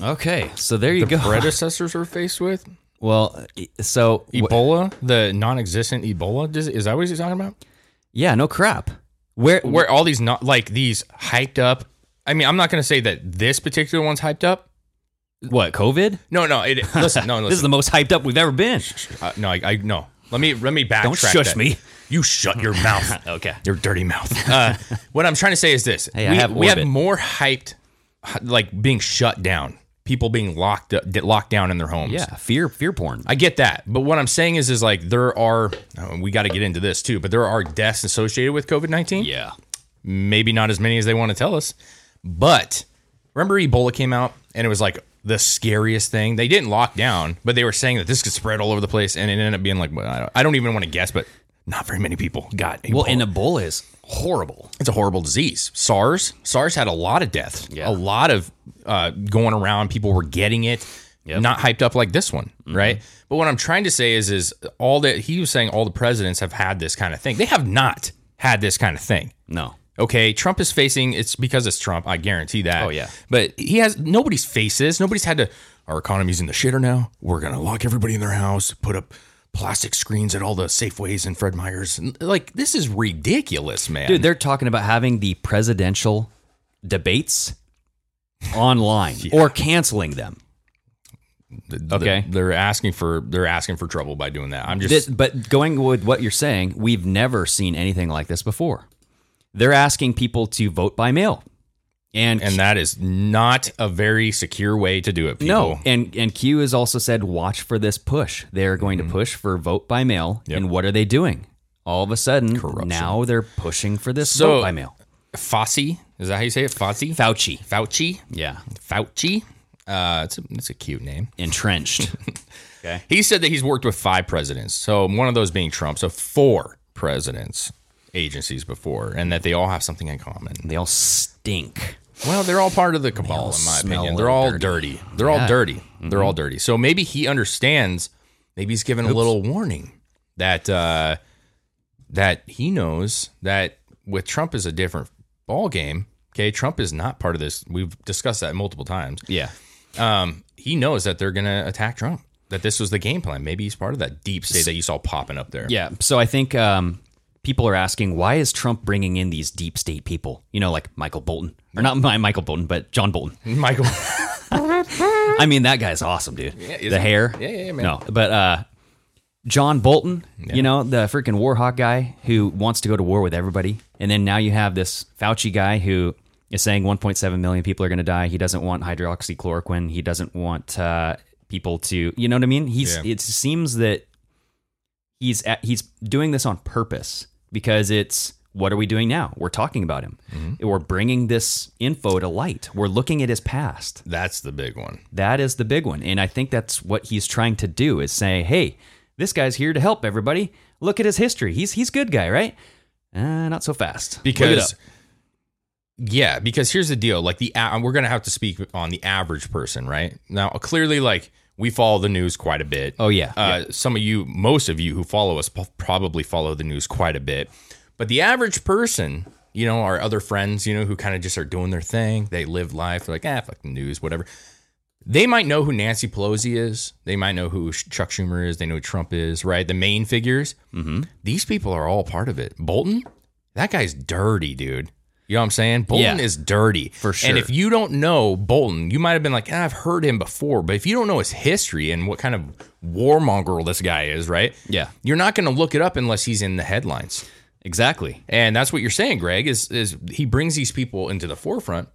F: Okay, so
K: *laughs*
F: there you
G: The
F: go.
G: predecessors are faced with?
F: Well, e- so
G: Ebola, the non-existent Ebola, dis- is that what he's talking about?
F: Yeah, no crap.
G: Where where all these not like these hyped up? I mean, I'm not gonna say that this particular one's hyped up.
F: What COVID?
G: No, no.
F: *laughs*
G: It, listen, no. Listen.
F: This is the most hyped up we've ever been.
G: Uh, no, I, I no. Let me let me backtrack.
F: Don't shush
G: that.
F: me.
G: You shut your
F: *laughs*
G: mouth.
F: okay.
G: Your dirty mouth.
F: *laughs*
G: Uh, what I'm trying to say is this:
F: Hey, I
G: we,
F: have
G: we have
F: Orbit.
G: more hyped, like being shut down, people being locked up, locked down in their homes.
F: *laughs* Yeah, fear fear porn.
G: I get that, but what I'm saying is, is like there are. oh, we got to get into this too, but there are deaths associated with COVID nineteen.
F: Yeah,
G: maybe not as many as they want to tell us, but remember Ebola came out and it was like the scariest thing. They didn't lock down, but they were saying that this could spread all over the place, and it ended up being like well, I don't- I don't even want to guess, but not very many people got. Ebola.
F: Well, and Ebola is horrible.
G: It's a horrible disease. SARS. SARS had a lot of death. A lot of uh, going around. People were getting it. Not hyped up like this one,
F: Mm-hmm.
G: right? But what I'm trying to say is, is all that he was saying, all the presidents have had this kind of thing. They have not had this kind of thing.
F: No.
G: Okay, Trump is facing. It's because it's Trump. I guarantee that.
F: Oh, yeah.
G: But he has nobody's faces. Nobody's had to. Our economy's in the shitter now. We're gonna lock everybody in their house. Put up plastic screens at all the Safeways and Fred Meyers. Like this is ridiculous, man.
F: Dude, they're talking about having the presidential debates *laughs* online or canceling them.
G: okay. They're asking for they're asking for trouble by doing that. I'm just
F: This- but going with what you're saying, we've never seen anything like this before. They're asking people to vote by mail. And,
G: and that is not a very secure way to do it. People.
F: No, and and Q has also said watch for this push. They are going
G: Mm-hmm.
F: to push for vote by mail. And what are they doing? All of a sudden, now they're pushing for this
G: So-
F: vote by mail.
G: Fossey is that how you say it? Fossey,
F: Fauci,
G: Fauci,
F: yeah,
G: Fauci. Uh, it's a, it's a cute name. *laughs*
F: Entrenched.
G: okay. He said that he's worked with five presidents. So one of those being Trump. So four presidents agencies before, and that they all have something in common.
F: They all stink.
G: Well, they're all part of the cabal,
F: all
G: in my
F: smell
G: opinion.
F: and
G: They're all dirty. Mm-hmm.
F: dirty.
G: They're all
F: Yeah.
G: dirty. They're all dirty. So maybe he understands. Maybe he's given a little warning that uh, that he knows that with Trump is a different ball game. Okay, Trump is not part of this. We've discussed that multiple times.
F: Yeah.
G: Um, he knows that they're gonna attack Trump. That this was the game plan. Maybe he's part of that deep state that you saw popping up there.
F: Yeah. So I think um, people are asking why is Trump bringing in these deep state people? You know, like Michael Bolton, or not *laughs* my Michael Bolton, but John Bolton.
G: *laughs* Michael.
F: I mean, that guy's awesome, dude.
G: isn't
F: the
G: he?
F: hair.
G: Yeah, yeah, yeah, man.
F: No, but uh, John Bolton, you know, the freaking war hawk guy who wants to go to war with everybody, and then now you have this Fauci guy who is saying 1.7 million people are going to die. He doesn't want hydroxychloroquine. He doesn't want uh, people to, you know what I mean? He's.
G: Yeah.
F: It seems that he's at, he's doing this on purpose because it's what are we doing now? We're talking about him.
G: Mm-hmm.
F: We're bringing this info to light. We're looking at his past.
G: That's the big one.
F: That is the big one. And I think that's what he's trying to do is say, hey, this guy's here to help everybody. Look at his history. He's he's good guy, right? Uh, not so fast. Look it
G: because
F: up.
G: yeah because here's the deal like the a- we're gonna have to speak on the average person right now clearly like we follow the news quite a bit
F: Oh, yeah,
G: uh, some of you most of you who follow us po- probably follow the news quite a bit but the average person you know our other friends you know who kind of just are doing their thing they live life they're like ah fuck the news whatever they might know who Nancy Pelosi is. They might know who Sh- Chuck Schumer is. They know who Trump is, right? The main figures. Mm-hmm. These people are all part of it. Bolton, that guy's dirty, dude. You know what I'm saying? Bolton
F: Yeah.
G: is dirty.
F: For sure.
G: And if you don't know Bolton, you might have been like, "Ah, I've heard him before. But if you don't know his history and what kind of warmonger this guy is, right?
F: Yeah.
G: You're not going to look it up unless he's in the headlines.
F: Exactly.
G: And that's what you're saying, Greg, is is he brings these people into the forefront.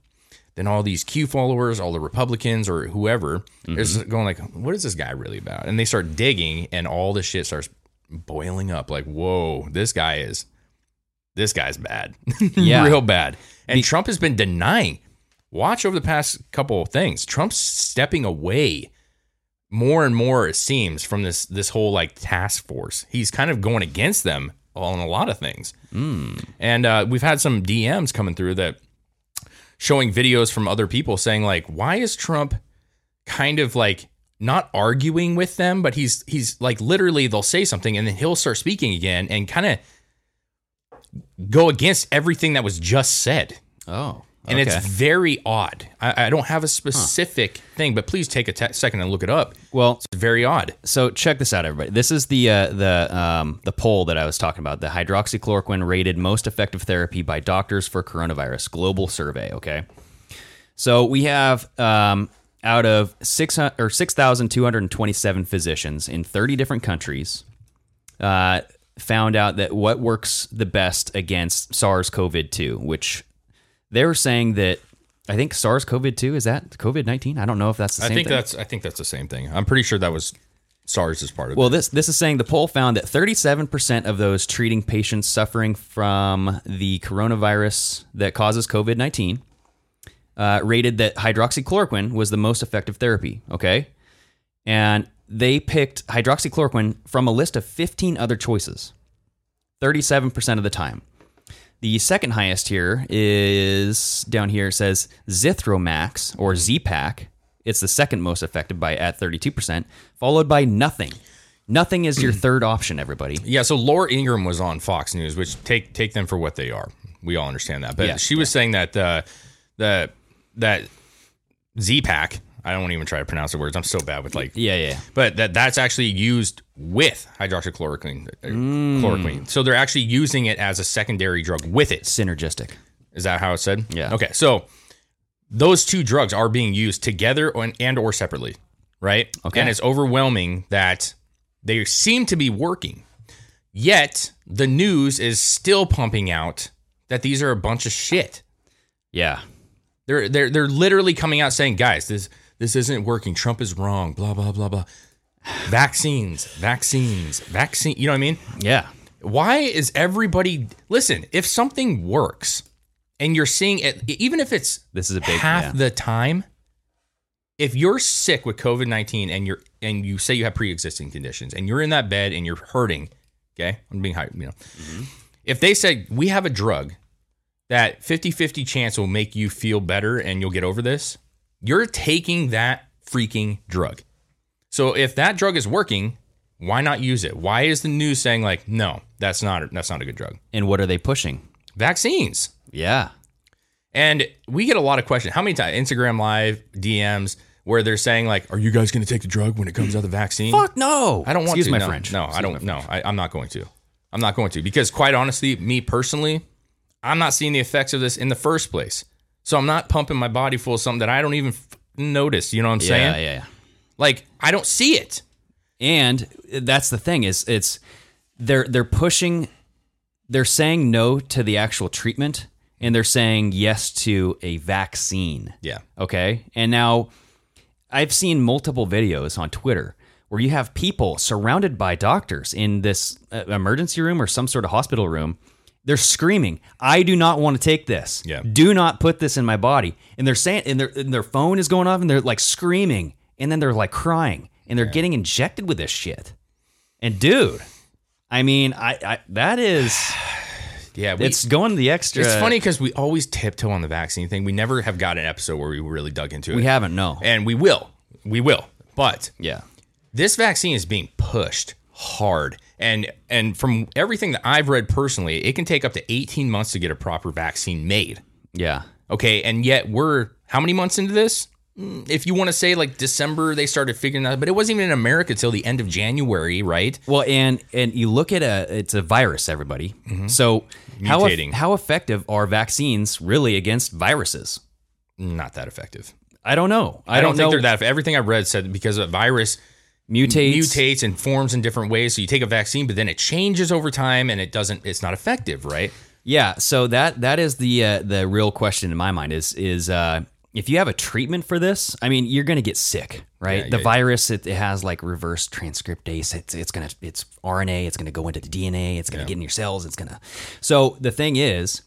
G: Then all these Q followers, all the Republicans or whoever is
F: Mm-hmm.
G: going like, what is this guy really about? And they start digging and all this shit starts boiling up like, whoa, this guy is this guy's bad. *laughs*
F: Yeah.
G: Real bad. And Trump has been denying. Watch over the past couple of things. Trump's stepping away more and more, it seems, from this this whole like task force. He's kind of going against them on a lot of things. And uh, we've had some DMs coming through that showing videos from other people saying like, why is Trump kind of like not arguing with them, but he's he's like literally they'll say something and then he'll start speaking again and kind of go against everything that was just said.
F: Oh.
G: And it's
F: okay.
G: very odd. I, I don't have a specific thing, but please take a te- second and look it up.
F: Well, it's
G: very odd.
F: So check this out, everybody. This is the uh, the um, the poll that I was talking about. The hydroxychloroquine rated most effective therapy by doctors for coronavirus global survey. Okay, so we have um, out of six or six thousand two hundred twenty seven physicians in thirty different countries. Uh, found out that what works the best against SARS-CoV-2, which they were saying that I think SARS-CoV-2 is that COVID-19. I don't know if that's the
G: I
F: same.
G: think
F: thing.
G: that's I think that's the same thing. I'm pretty sure that was SARS is part of
F: Well,
G: it.
F: this this is saying the poll found that 37% of those treating patients suffering from the coronavirus that causes COVID 19 uh, rated that hydroxychloroquine was the most effective therapy. Okay, and they picked hydroxychloroquine from a list of 15 other choices. 37% of the time. The second highest here is down here it says Zithromax or Zpac. It's the second most affected by at 32%, followed by nothing. Nothing is
G: *clears throat*
F: your third option, everybody.
G: Yeah, so Laura Ingram was on Fox News, which take take them for what they are. We all understand that. But
F: Yeah,
G: she was saying that uh, the that Z Pack. I don't even try to pronounce the words. I'm so bad with like
F: Yeah, yeah.
G: But that that's actually used with hydroxychloroquine. uh,
F: Mm.
G: Chloroquine. So they're actually using it as a secondary drug with it.
F: Synergistic.
G: Is that how it said?
F: Yeah.
G: Okay. So those two drugs are being used together and, and or separately, right?
F: Okay.
G: And it's overwhelming that they seem to be working. Yet the news is still pumping out that these are a bunch of shit.
F: Yeah.
G: They're they're they're literally coming out saying, guys, this this isn't working. Trump is wrong. Blah blah blah blah. Vaccines, vaccines, vaccine. You know what I mean?
F: Yeah.
G: Why is everybody listen? If something works, and you're seeing it, even if it's
F: This is a big
G: half
F: yeah.
G: the time, if you're sick with COVID nineteen and you're and you say you have pre existing conditions and you're in that bed and you're hurting, okay, I'm being hype, you know.
F: Mm-hmm.
G: If they said we have a drug that 50-50 chance will make you feel better and you'll get over this, you're taking that freaking drug. So if that drug is working, why not use it? Why is the news saying like, no, that's not that's not a good drug?
F: And what are they pushing?
G: Vaccines.
F: Yeah.
G: And we get a lot of questions. How many times Instagram live DMs where they're saying like, "Are you guys going to take the drug when it comes out the vaccine?"
F: Fuck no.
G: Hmm. I don't want
F: Excuse
G: to.
F: my
G: no,
F: French.
G: No, I
F: Excuse my
G: don't. No, I, I'm not going to. I'm not going to because, quite honestly, me personally, I'm not seeing the effects of this in the first place. So I'm not pumping my body full of something that I don't even f- notice. You know what I'm saying?
F: Yeah, yeah, yeah.
G: Like I don't see it.
F: And that's the thing is it's they're they're pushing they're saying no to the actual treatment and they're saying yes to a vaccine.
G: Yeah.
F: Okay. And now I've seen multiple videos on Twitter where you have people surrounded by doctors in this uh, emergency room or some sort of hospital room. They're screaming, "I do not want to take this.
G: Yeah.
F: Do not put this in my body." And they're saying, and their and their phone is going off, and they're like screaming, and then they're like crying, and they're getting injected with this shit. And dude, I mean, I, I that is,
G: Yeah, *sighs* we-
F: it's going the extra.
G: It's funny because we always tiptoe on the vaccine thing. We never have got an episode where we really dug into it.
F: we haven't no.
G: and we will. We will. But
F: Yeah.
G: this vaccine is being pushed hard and and from everything that I've read personally, it can take up to 18 months to get a proper vaccine made.
F: Yeah.
G: Okay, and yet we're how many months into this? Mm, If you want to say like December they started figuring out, but it wasn't even in America till the end of January, right?
F: Well, and and you look at a it's a virus, everybody. So how eff-
G: Mm-hmm. Mutating.
F: how effective are vaccines really against viruses?
G: Not that effective.
F: I don't know. I,
G: I, don't, think
F: know.
G: they're that. Everything I've read said because a virus
F: mutates.
G: mutates and forms in different ways. So you take a vaccine, but then it changes over time and it doesn't. It's not effective, right?
F: Yeah. So that that is the uh, the real question in my mind is is uh, if you have a treatment for this, I mean, you're gonna get sick, right?
G: Yeah,
F: the
G: yeah, yeah.
F: virus it, it has like reverse transcriptase. It's it's gonna it's RNA. It's gonna go into the DNA. It's gonna
G: Yeah.
F: get in your cells. It's gonna. So the thing is.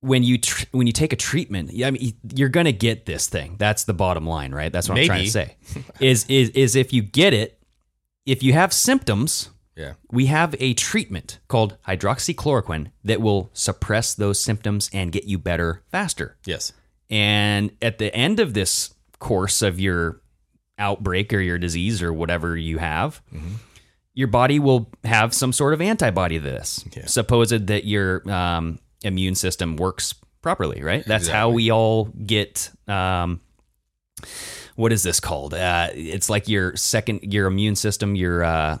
F: When you tr- when you take a treatment, I mean, you're gonna get this thing. That's the bottom line, right? That's what I'm trying
G: Maybe.
F: to say. is is is if you get it, if you have symptoms,
G: Yeah.
F: we have a treatment called hydroxychloroquine that will suppress those symptoms and get you better faster.
G: Yes.
F: And at the end of this
G: Mm-hmm.
F: course of your outbreak or your disease or whatever you have, your body will have some sort of antibody to this, supposed that your um, immune system works properly, right? That's how we all get. Um, what is this called? Uh, it's like your second, your immune system, your uh,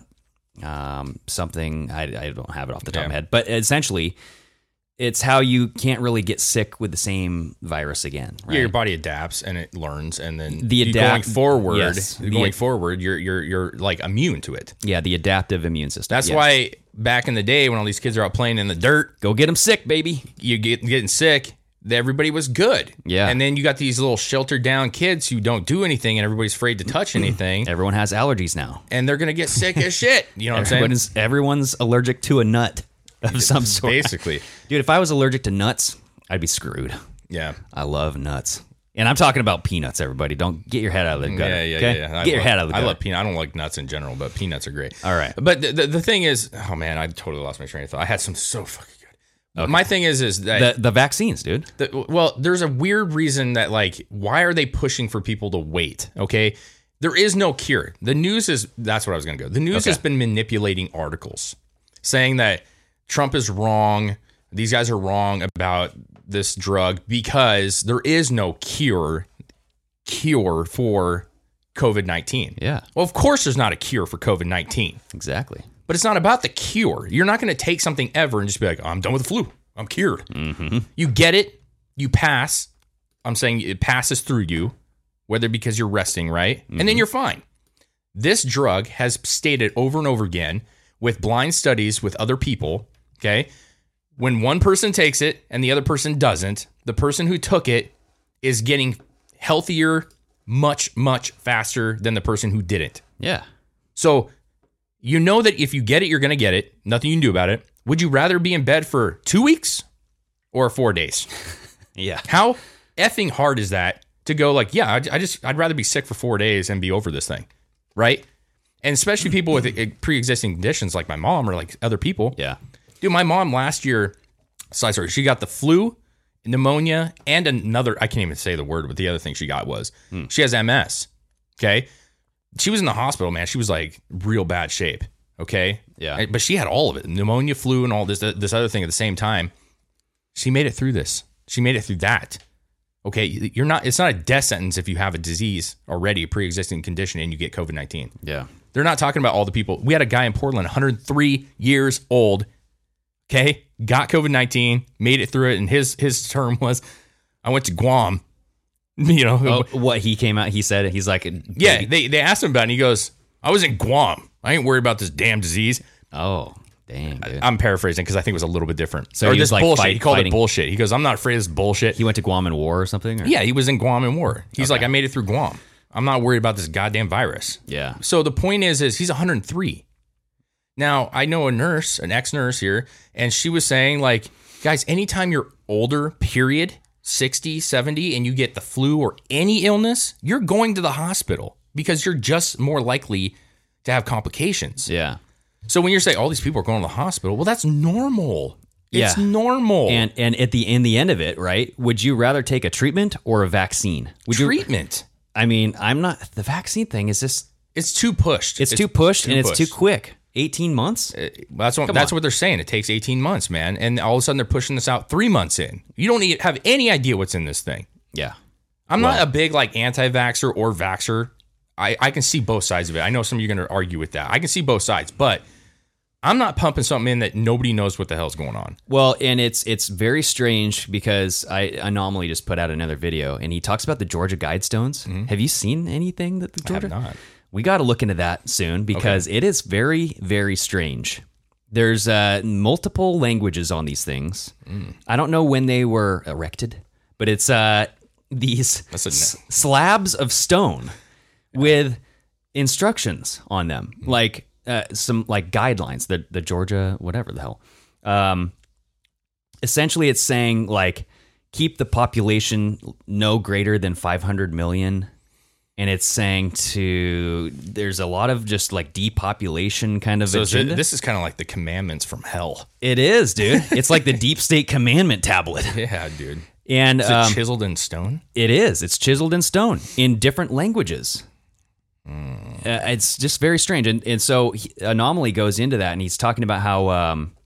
F: um, something. I, I don't have it off the top of my head, but essentially, it's how you can't really get sick with the same virus again.
G: Yeah,
F: right?
G: your body adapts and it learns, and then
F: The
G: you-
F: adapt-
G: going forward,
F: yes, the-
G: going forward, you're you're you're like immune to it.
F: Yeah, the adaptive immune system.
G: That's
F: yes.
G: why back in the day when all these kids are out playing in the dirt,
F: go get them sick, baby.
G: You get getting sick. that Everybody was good.
F: Yeah.
G: And then you got these little sheltered down kids who don't do anything and everybody's afraid
F: *clears throat*
G: to touch anything.
F: Everyone has allergies now.
G: And they're going to get sick as shit. You know what I'm saying?
F: everyone's, everyone's allergic to a nut of some *laughs* sort.
G: Basically.
F: Dude, if I was allergic to nuts, I'd be screwed.
G: Yeah.
F: I love nuts. And I'm talking about peanuts, everybody. Don't get your head out of the gutter.
G: Yeah, yeah,
F: okay?
G: yeah.
F: Get
G: I
F: your
G: love-
F: head out of the gutter.
G: I love peanut. I don't like nuts in general, but peanuts are great.
F: All right.
G: But the, the, the thing is, oh man, I totally lost my train of thought. I had some so fucking good.
F: Okay.
G: My thing is, is that
F: The- the vaccines, dude.
G: the- well, there's a weird reason that like, why are they pushing for people to wait? Okay. There is no cure. The news is that's what I was gonna go. The news
F: Okay.
G: has been manipulating articles, saying that Trump is wrong. These guys are wrong about this drug because there is no cure cure for COVID 19.
F: Yeah.
G: Well, of course, there's not a cure for COVID 19.
F: Exactly.
G: But it's not about the cure. You're not going to take something ever and just be like, I'm done with the flu. I'm cured. You get it. You pass. I'm saying it passes through you, whether because you're resting, right? And then you're fine. This drug has stated over and over again with blind studies with other people, okay? When one person takes it and the other person doesn't, the person who took it is getting healthier much, much faster than the person who didn't.
F: Yeah.
G: So you know that if you get it, you're going to get it. Nothing you can do about it. Would you rather be in bed for two weeks or four days?
F: Yeah.
G: How effing hard is that to go like, yeah, I, I just, I'd rather be sick for four days and be over this thing. Right. And especially people with uh, pre-existing conditions like my mom or like other people.
F: Yeah.
G: Dude, my mom last year, sorry, sorry, she got the flu, pneumonia, and another, I can't even say the word, but the other thing she got was she has MS. Okay. She was in the hospital, man. She was like real bad shape. Okay.
F: Yeah.
G: And- But she had all of it pneumonia, flu, and all this, uh, this other thing at the same time. She made it through this. She made it through that. Okay. You're not, it's not a death sentence if you have a disease already, a pre existing condition, and you get COVID 19.
F: Yeah.
G: They're not talking about all the people. We had a guy in Portland, 103 years old. Okay, got COVID 19, made it through it, and his his term *laughs* was, I went to Guam. *laughs* You know,
F: Oh, what he came out, he said, he's like,
G: yeah. They they asked him about, it, and he goes, I was in Guam. I ain't worried about this damn disease.
F: Oh, dang. Dude.
G: I'm paraphrasing because I think it was a little bit different.
F: So
G: or
F: he was,
G: this
F: like,
G: bullshit.
F: fight-
G: he called
F: fighting-
G: it bullshit. He goes, I'm not afraid of this bullshit.
F: he went to Guam in war or something? or-
G: yeah, he was in Guam in war. He's like, I made it through Guam. I'm not worried about this goddamn virus.
F: Yeah.
G: So the point is, is he's 103. Now I know a nurse, an ex-nurse here, and she was saying like, guys, anytime you're older, period, 60, 70, and you get the flu or any illness, you're going to the hospital because you're just more likely to have complications.
F: Yeah.
G: So when you're saying all these people are going to the hospital, well, that's normal. It's
F: Yeah.
G: normal.
F: And and at the in the end of it, right? Would you rather take a treatment or a vaccine? Would you
G: treatment.
F: I mean, I'm not the vaccine thing is just
G: It's too pushed.
F: it's, too pushed Uh, and
G: pushed.
F: it's too quick. 18 months?
G: Well, that's what
F: Come
G: that's
F: on.
G: what they're saying. It takes 18 months, man, and all of a sudden they're pushing this out three months in. You don't e- have any idea what's in this thing.
F: yeah.
G: I'm not a big like anti-vaxxer or vaxxer. I, I can see both sides of it. I know some of you are going to argue with that. I can see both sides, but I'm not pumping something in that nobody knows what the hell's going on.
F: Well, and it's it's very strange because I anomaly just put out another video and he talks about the Georgia Guidestones. Have you seen anything that the
G: Mm-hmm. I have
F: Georgia?
G: not.
F: We got to look into that soon because it is very very strange. There's uh, multiple languages on these things.
G: Mm.
F: I don't know when they were erected, but it's uh, these
G: That's a
F: s- slabs of stone with instructions on them,
G: Hmm.
F: like uh, some like guidelines. The the Georgia whatever the hell. Um, essentially, it's saying like keep the population no greater than 500 million, and it's saying to there's a lot of just like depopulation kind of
G: So is it-
F: agenda.
G: this is kind of like the commandments from hell.
F: it is,
G: *laughs*
F: dude. it's like the deep state commandment tablet,
G: Yeah, dude.
F: and
G: Is
F: um,
G: it chiseled in stone? Hmm.
F: it is. It's chiseled in stone in different languages. Uh, it's just very strange. And, and so he, Anomaly goes into that and he's talking about how um,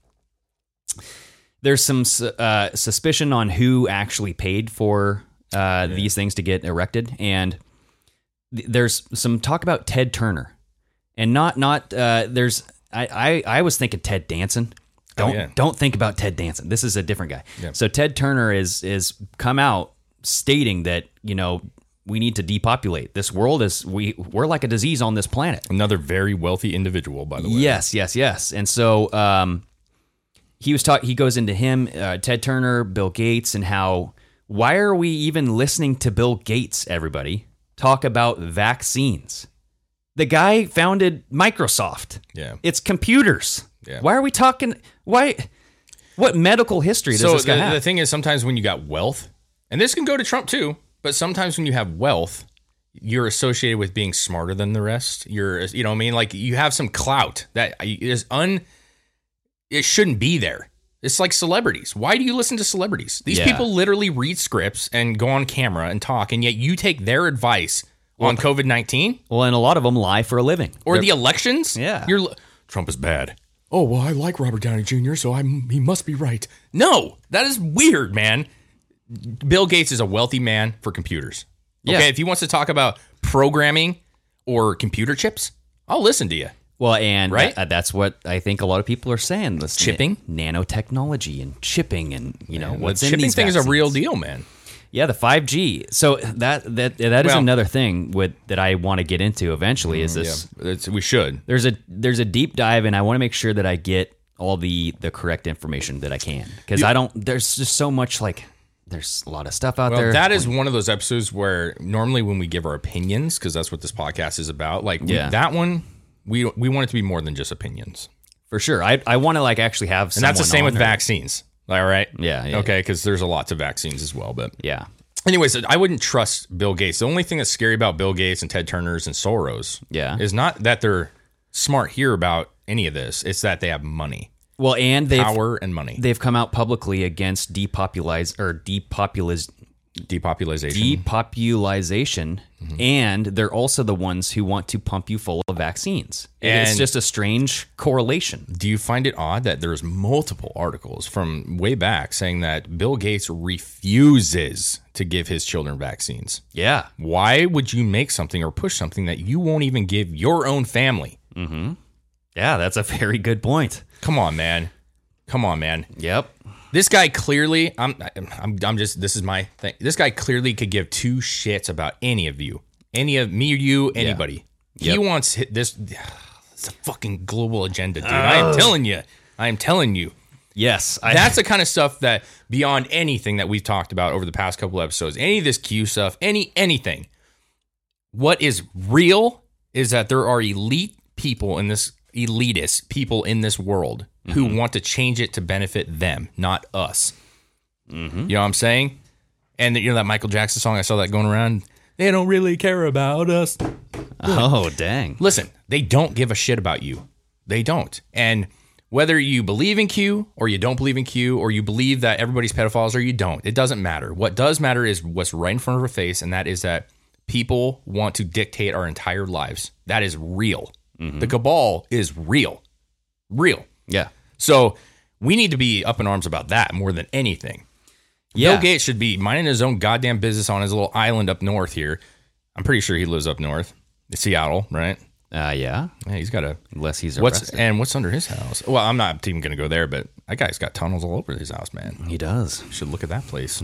F: there's some su- uh, suspicion on who actually paid for uh, these things to get erected. And th- there's some talk about Ted Turner and not, not, uh, there's, I, I, I was thinking Ted Danson.
G: Oh,
F: Don't,
G: yeah.
F: don't think about Ted Danson. This is a different guy.
G: Yeah.
F: So Ted Turner is is come out stating that you know we need to depopulate this world is we we're like a disease on this planet.
G: Another very wealthy individual, by the way.
F: Yes, yes, yes. And so um, he was talk. He goes into him, uh, Ted Turner, Bill Gates, and how why are we even listening to Bill Gates? Everybody talk about vaccines. The guy founded Microsoft.
G: Yeah.
F: It's computers.
G: Yeah.
F: Why are we talking? Why? What medical history does
G: so
F: this guy
G: the,
F: have?
G: the thing is, sometimes when you got wealth, and this can go to Trump too, but sometimes when you have wealth, you're associated with being smarter than the rest. You're, you know, what I mean, like you have some clout that is un. It shouldn't be there. It's like celebrities. Why do you listen to celebrities? These
F: Yeah.
G: people literally read scripts and go on camera and talk, and yet you take their advice on COVID nineteen
F: well, and a lot of them lie for a living,
G: or
F: They're-
G: the elections.
F: Yeah.
G: you're l- Trump is bad.
M: Oh, well, I like Robert Downey Jr., so I'm, he must be right.
G: No, that is weird, man. Bill Gates is a wealthy man for computers.
F: Yeah.
G: Okay, if he wants to talk about programming or computer chips, I'll listen to you.
F: Well, and
G: Right?
F: tha- that's what I think a lot of people are saying. This
G: Chipping?
F: na- nanotechnology, and chipping, and you know
G: Man, the
F: what's in
G: chipping
F: these
G: thing is a
F: vaccines.
G: real deal, man.
F: Yeah, the five G. So that that that is
G: Well-
F: another thing with that I want to get into eventually. Is
G: Mm,
F: this?
G: yeah. It's- we should.
F: There's a there's a deep dive, and I want to make sure that I get all the the correct information that I can because I don't. There's just so much like there's a lot of stuff out
G: Well,
F: there.
G: that is one of those episodes where normally when we give our opinions, because that's what this podcast is about. Like we-
F: Yeah.
G: that one, we we want it to be more than just opinions.
F: for sure. I I want to like actually have.
G: And that's the
F: someone
G: same
F: on
G: with
F: there.
G: vaccines. All right.
F: Yeah, yeah,
G: okay. Because there's a lot to vaccines as well. But
F: yeah.
G: Anyways, I wouldn't trust Bill Gates. The only thing that's scary about Bill Gates and Ted Turner's and Soros,
F: Yeah.
G: is not that they're smart here about any of this. It's that they have money,
F: Well, and they've
G: power, and money.
F: they've come out publicly against depopulize or depopuliz
G: Depopulization.
F: depopulization and they're also the ones who want to pump you full of vaccines and it's
G: And-
F: just a strange correlation
G: Do you find it odd that there's multiple articles from way back saying that Bill Gates refuses to give his children vaccines?
F: yeah
G: Why would you make something or push something that you won't even give your own family?
F: mm-hmm yeah that's a very good point
G: Come on, man. Come on, man.
F: yep
G: This guy clearly, I'm, I'm, I'm just. This is my thing. This guy clearly could give two shits about any of you, any of me, you, anybody. He
F: Yep.
G: wants hit this. *sighs* It's a fucking global agenda, dude. I am telling you. I am telling you.
F: yes I,
G: That's the kind of stuff that beyond anything that we've talked about over the past couple episodes, any of this Q stuff, any anything. What is real is that there are elite people in this elitist people in this world who want to change it to benefit them, not us. You know what I'm saying? And you know that Michael Jackson song I saw that going around. They don't really care about us.
F: *laughs* oh dang
G: Listen, they don't give a shit about you. They don't. And whether you believe in Q or you don't believe in Q or you believe that everybody's pedophiles or you don't, it doesn't matter. What does matter is what's right in front of our face, and that is that people want to dictate our entire lives. That is real. The cabal is real. Real.
F: yeah
G: So we need to be up in arms about that more than anything.
F: Yeah.
G: Bill Gates should be minding his own goddamn business on his little island up north here. I'm pretty sure he lives up north, Seattle, right?
F: uh yeah
G: Yeah, he's got a
F: unless he's
G: what's
F: arrested
G: and what's under his house. Well, I'm not even going to go there, but that guy's got tunnels all over his house, man.
F: he does
G: Should look at that place.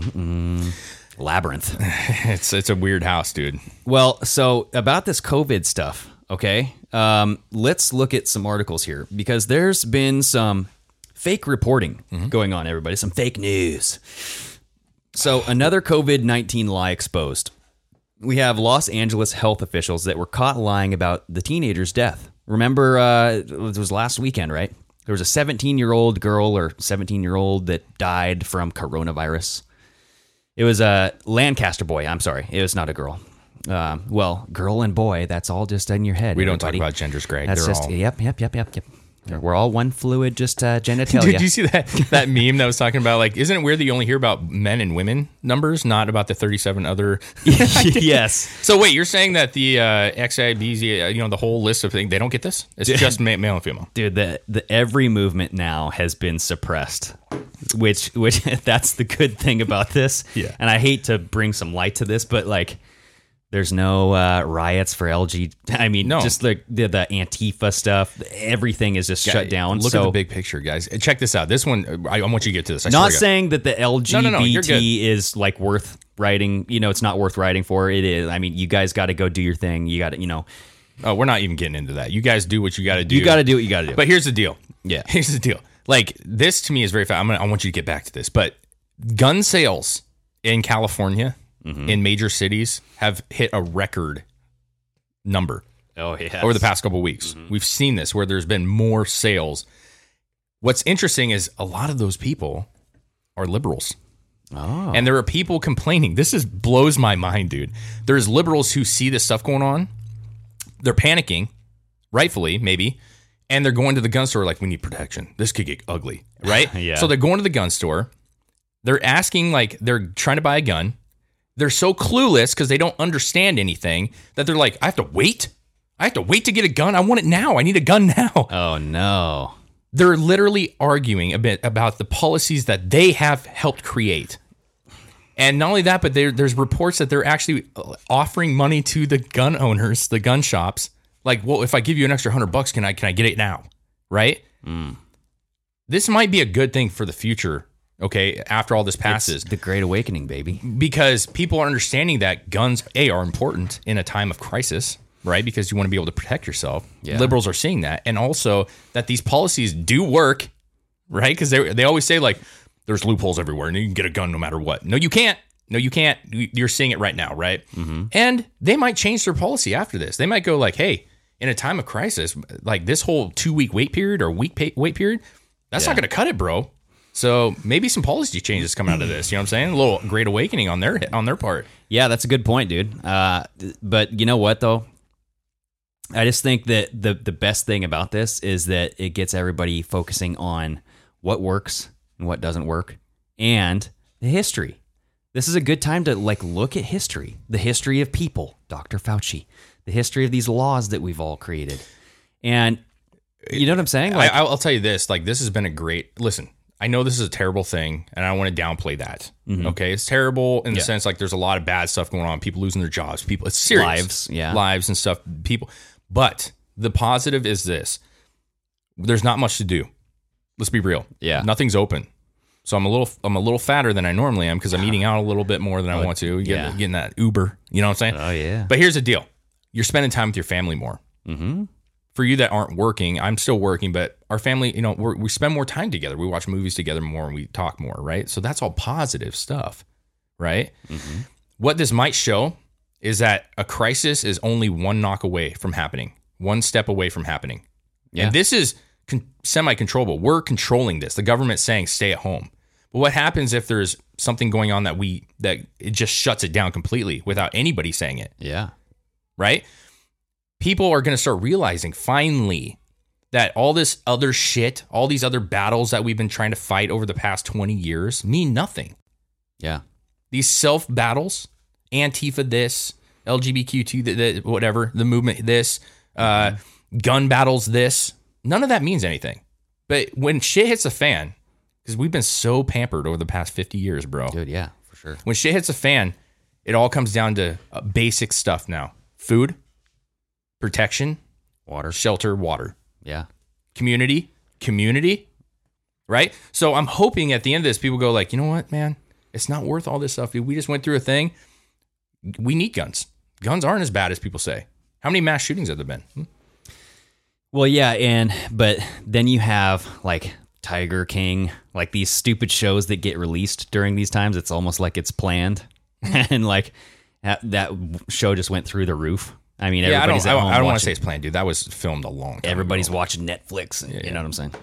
F: labyrinth
G: *laughs* it's it's a weird house, dude.
F: *laughs* Well, so about this COVID stuff, okay? Um, let's look at some articles here because there's been some fake reporting going on, everybody, some fake news. So, another COVID 19 lie exposed. We have Los Angeles health officials that were caught lying about the teenager's death. Remember, uh, it was last weekend, right? There was a 17 year old girl or 17 year old that died from coronavirus. It was a Lancaster boy. I'm sorry. It was not a girl. Um, well, girl and boy, that's all just in your head.
G: We don't
F: everybody.
G: talk about genders, Greg.
F: That's
G: They're
F: just
G: all
F: yep, yep, yep, yep, yep. We're all one fluid, just uh, genitalia.
G: *laughs* Dude, do you see that that meme that was talking about? Like, isn't it weird that you only hear about men and women numbers, not about the thirty-seven other?
F: *laughs* yes.
G: So wait, you're saying that the uh, XIBZ, uh, you know, the whole list of things, they don't get this? It's
F: Dude.
G: just ma- male and female.
F: dude the, the every movement now has been suppressed which which *laughs* that's the good thing about this
G: *laughs* Yeah.
F: and i hate to bring some light to this but like there's no uh, riots for LG. I mean,
G: No.
F: just like the, the Antifa stuff. Everything is just
G: Yeah,
F: shut down.
G: Look at
F: So-
G: the big picture, guys. Uh, Check this out. This one, I, I want you to get to this. I swear
F: not
G: to God.
F: saying that the LGBT
G: No, no, no, you're good.
F: is like worth writing. You know, it's not worth writing for. It is. I mean, you guys got to go do your thing. You got to, you know.
G: Oh, we're not even getting into that. You guys do what you got to do.
F: You got to do what you got to do.
G: But here's the deal.
F: Yeah.
G: *laughs* Here's the deal. Like this to me is very. Fa- I'm gonna. I want you to get back to this, but gun sales in California
F: Mm-hmm.
G: in major cities have hit a record number
F: oh Mm-hmm. yeah,
G: over the past couple weeks. We've seen this where there's been more sales. What's interesting is a lot of those people are liberals.
F: Oh.
G: And there are people complaining. This is blows my mind, dude. There's liberals who see this stuff going on. They're panicking, rightfully, maybe, and they're going to the gun store like we need protection. This could get ugly, right?
F: Yeah.
G: So they're going to the gun store. They're asking like they're trying to buy a gun. They're so clueless because they don't understand anything that they're like, I have to wait. I have to wait to get a gun. I want it now. I need a gun *laughs* now.
F: Oh no.
G: They're literally arguing a bit about the policies that they have helped create. And not only that, but there, there's reports that they're actually uh, offering money to the gun owners, the gun shops. Like, well, if I give you an extra hundred bucks, can I can I get it now? Right? This might be a good thing for the future. Okay, after all this passes,
F: the Great Awakening, baby.
G: Because people are understanding that guns a are important in a time of crisis, right? Because you want to be able to protect yourself.
F: Yeah.
G: Liberals are seeing that, and also that these policies do work, right? Because they they always say like there's loopholes everywhere, and you can get a gun no matter what. No, you can't. No, you can't. You- You're seeing it right now, right?
F: Mm-hmm.
G: And they might change their policy after this. They might go like, hey, in a time of crisis, like this whole two week wait period or week pay- wait period, that's not
F: Yeah.
G: going to cut it, bro. So maybe some policy changes come out of this. You know what I'm saying? A little great awakening on their on their part.
F: Yeah, that's a good point, dude. Uh, th- but you know what though? I just think that the the best thing about this is that it gets everybody focusing on what works and what doesn't work and the history. This is a good time to like look at history, the history of people, Dr. Fauci, the history of these laws that we've all created. And you know what I'm saying? Like
G: I, I'll tell you this: like this has been a great listen. I know this is a terrible thing, and I don't want to downplay that.
F: Mhm.
G: Okay, it's terrible in the
F: Yeah.
G: sense like there's a lot of bad stuff going on. People losing their jobs. People, it's serious
F: Lives, yeah.
G: lives and stuff. People, but the positive is this: there's not much to do. Let's be real.
F: Yeah.
G: nothing's open. So I'm a little I'm a little fatter than I normally am because I'm eating out a little bit more than I
F: Oh,
G: want to. Getting,
F: yeah.
G: getting that Uber, you know what I'm saying?
F: Oh yeah.
G: But here's the deal: you're spending time with your family more.
F: Mhm.
G: For you that aren't working, I'm still working, but our family, you know, we're, we spend more time together. We watch movies together more, and we talk more, right? So that's all positive stuff, right?
F: Mm-hmm.
G: What this might show is that a crisis is only one knock away from happening, one step away from happening.
F: Yeah.
G: And this is con- semi controllable. We're controlling this. The government's saying stay at home. But what happens if there's something going on that we that it just shuts it down completely without anybody saying it?
F: Yeah.
G: right? People are going to start realizing finally that all this other shit, all these other battles that we've been trying to fight over the past 20 years mean nothing.
F: Yeah.
G: These self battles, Antifa this, LGBTQ2 th- th- whatever, the movement this, uh, gun battles this, none of that means anything. But when shit hits the fan, because we've been so pampered over the past 50 years, bro.
F: Dude, yeah, for sure.
G: When shit hits a fan, it all comes down to uh, basic stuff now food, protection,
F: water,
G: shelter, water,
F: Yeah.
G: community, community, right? So I'm hoping at the end of this, people go, like, you know what, man? It's not worth all this stuff. dude. We just went through a thing. We need guns. Guns aren't as bad as people say. How many mass shootings have there been? Hmm?
F: Well, yeah, and but then you have like Tiger King, like these stupid shows that get released during these times. It's almost like it's planned, *laughs* and like that, that show just went through the roof. I mean,
G: Yeah, I don't,
F: everybody's
G: I
F: at
G: don't,
F: home
G: I don't want
F: watching-
G: to say it's planned, dude. That was filmed a long time.
F: everybody's
G: ago.
F: watching Netflix. and- You know what I'm saying?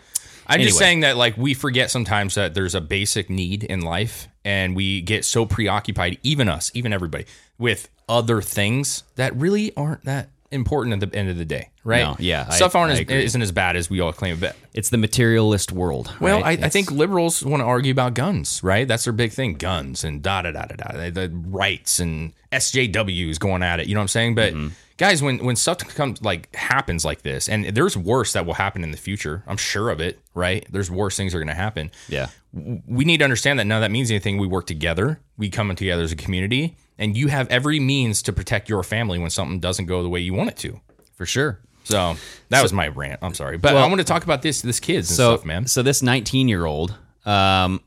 G: I'm just
F: Anyway.
G: saying that like we forget sometimes that there's a basic need in life and we get so preoccupied even us, even everybody with other things that really aren't that important at the end of the day, right?
F: No, yeah, I-
G: stuff aren't
F: I
G: as,
F: agree.
G: isn't as bad as we all claim it.
F: It's the materialist world.
G: Well,
F: right?
G: I, I
F: It's-
G: think liberals want to argue about guns, right? That's their big thing: guns and da da da da da, the- the rights and SJWs going at it. You know what I'm saying? But
F: Mm-hmm.
G: guys, when when stuff comes like happens like this, and there's worse that will happen in the future. I'm sure of it, right? There's worse things are going to happen.
F: Yeah.
G: W- We need to understand that none of that means anything. We work together. We come together as a community, and you have every means to protect your family when something doesn't go the way you want it to.
F: For sure.
G: So that was my rant. I'm sorry, but
F: Well-
G: I want to talk about this this kids and
F: so,
G: stuff, man.
F: So this 19 year old, um,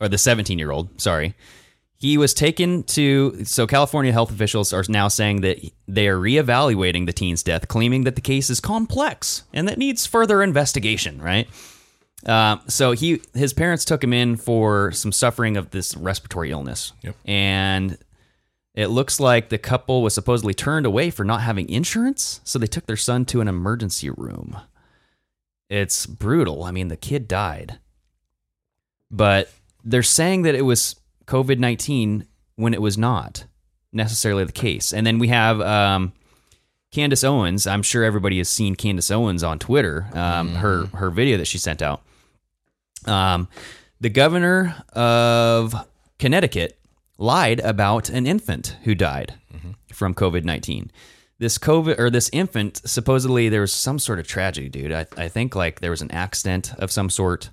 F: or the 17 year old, sorry, he was taken to. So California health officials are now saying that they are reevaluating the teen's death, claiming that the case is complex and that needs further investigation. Right. Um, so he his parents took him in for some suffering of this respiratory illness,
G: Yep.
F: and it looks like the couple was supposedly turned away for not having insurance, so they took their son to an emergency room. It's brutal. I mean, the kid died. But they're saying that it was COVID 19 when it was not necessarily the case. And then we have um, Candace Owens. I'm sure everybody has seen Candace Owens on Twitter, um, her, her video that she sent out. Um, the governor of Connecticut lied about an infant who died from COVID nineteen. This COVID or this infant supposedly there was some sort of tragedy, dude. I, I think like there was an accident of some sort.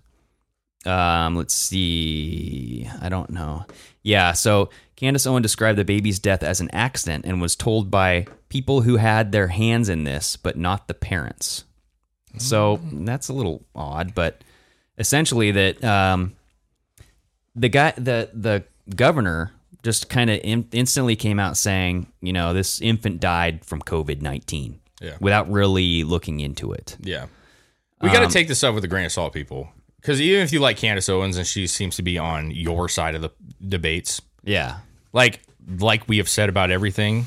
F: Um, let's see. I don't know. Yeah. So Candace Owen described the baby's death as an accident and was told by people who had their hands in this, but not the parents. So that's a little odd, but essentially that um, the guy, the the governor, just kind of in, instantly came out saying, you know, this infant died from COVID nineteen,
G: Yeah.
F: without really looking into it.
G: Yeah. We got to
F: Um,
G: take this up with a grain of salt, people. Because even if you like Candace Owens and she seems to be on your side of the debates,
F: yeah,
G: like like we have said about everything,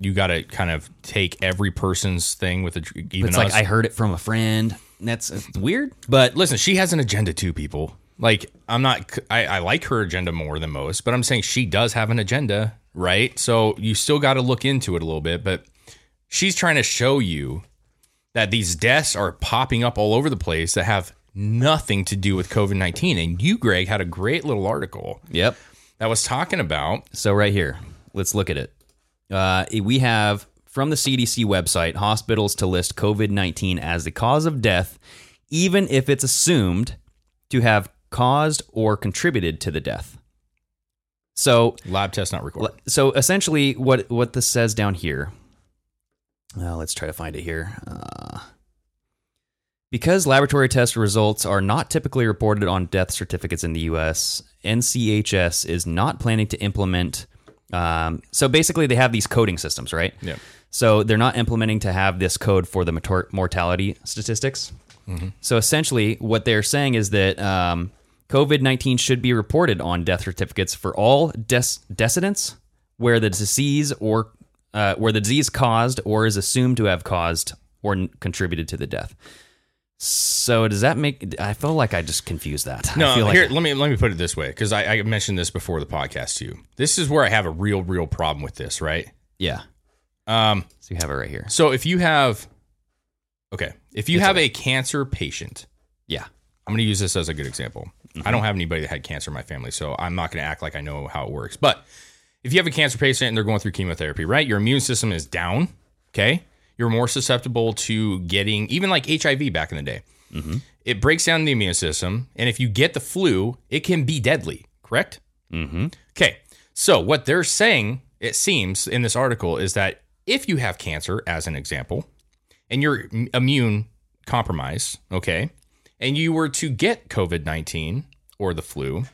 G: you got to kind of take every person's thing with a tr- even.
F: it's like
G: us.
F: I heard it from a friend. And that's it's weird.
G: But listen, she has an agenda too, people. Like I'm not, c- I, I like her agenda more than most, but I'm saying she does have an agenda, right? So you still got to look into it a little bit. But she's trying to show you that these deaths are popping up all over the place that have nothing to do with COVID nineteen. And you, Greg, had a great little article.
F: Yep.
G: That was talking about.
F: So right here, let's look at it. Uh, we have from the CDC website hospitals to list COVID nineteen as the cause of death, even if it's assumed to have caused or contributed to the death. So
G: lab test not recorded.
F: So essentially, what what this says down here. Uh, let's try to find it here. Uh, because laboratory test results are not typically reported on death certificates in the U.S., NCHS is not planning to implement. Um, so basically, they have these coding systems, right?
G: Yeah.
F: So they're not implementing to have this code for the mator- mortality statistics.
G: Mhm.
F: So essentially, what they're saying is that um, COVID 19 should be reported on death certificates for all des- decedents where the disease or uh, where the disease caused or is assumed to have caused or n- contributed to the death. So does that make? I feel like I just confused that.
G: No,
F: I feel
G: here let me let me put it this way because I, I mentioned this before the podcast to you. This is where I have a real real problem with this, right?
F: Yeah.
G: Um,
F: so you have it right here.
G: So if you have, okay, if you
F: It's
G: have a cancer patient,
F: yeah,
G: I'm going to use this as a good example. I
F: Mm-hmm.
G: don't have anybody that had cancer in my family, so I'm not going to act like I know how it works. But if you have a cancer patient and they're going through chemotherapy, right? Your immune system is down. Okay, you're more susceptible to getting even like HIV back in the day.
F: Mm-hmm.
G: It breaks down the immune system, and if you get the flu, it can be deadly. Correct.
F: Mm-hmm.
G: Okay. So what they're saying, it seems in this article, is that if you have cancer, as an example, and you're m- immune compromised, okay, and you were to get COVID nineteen or the flu,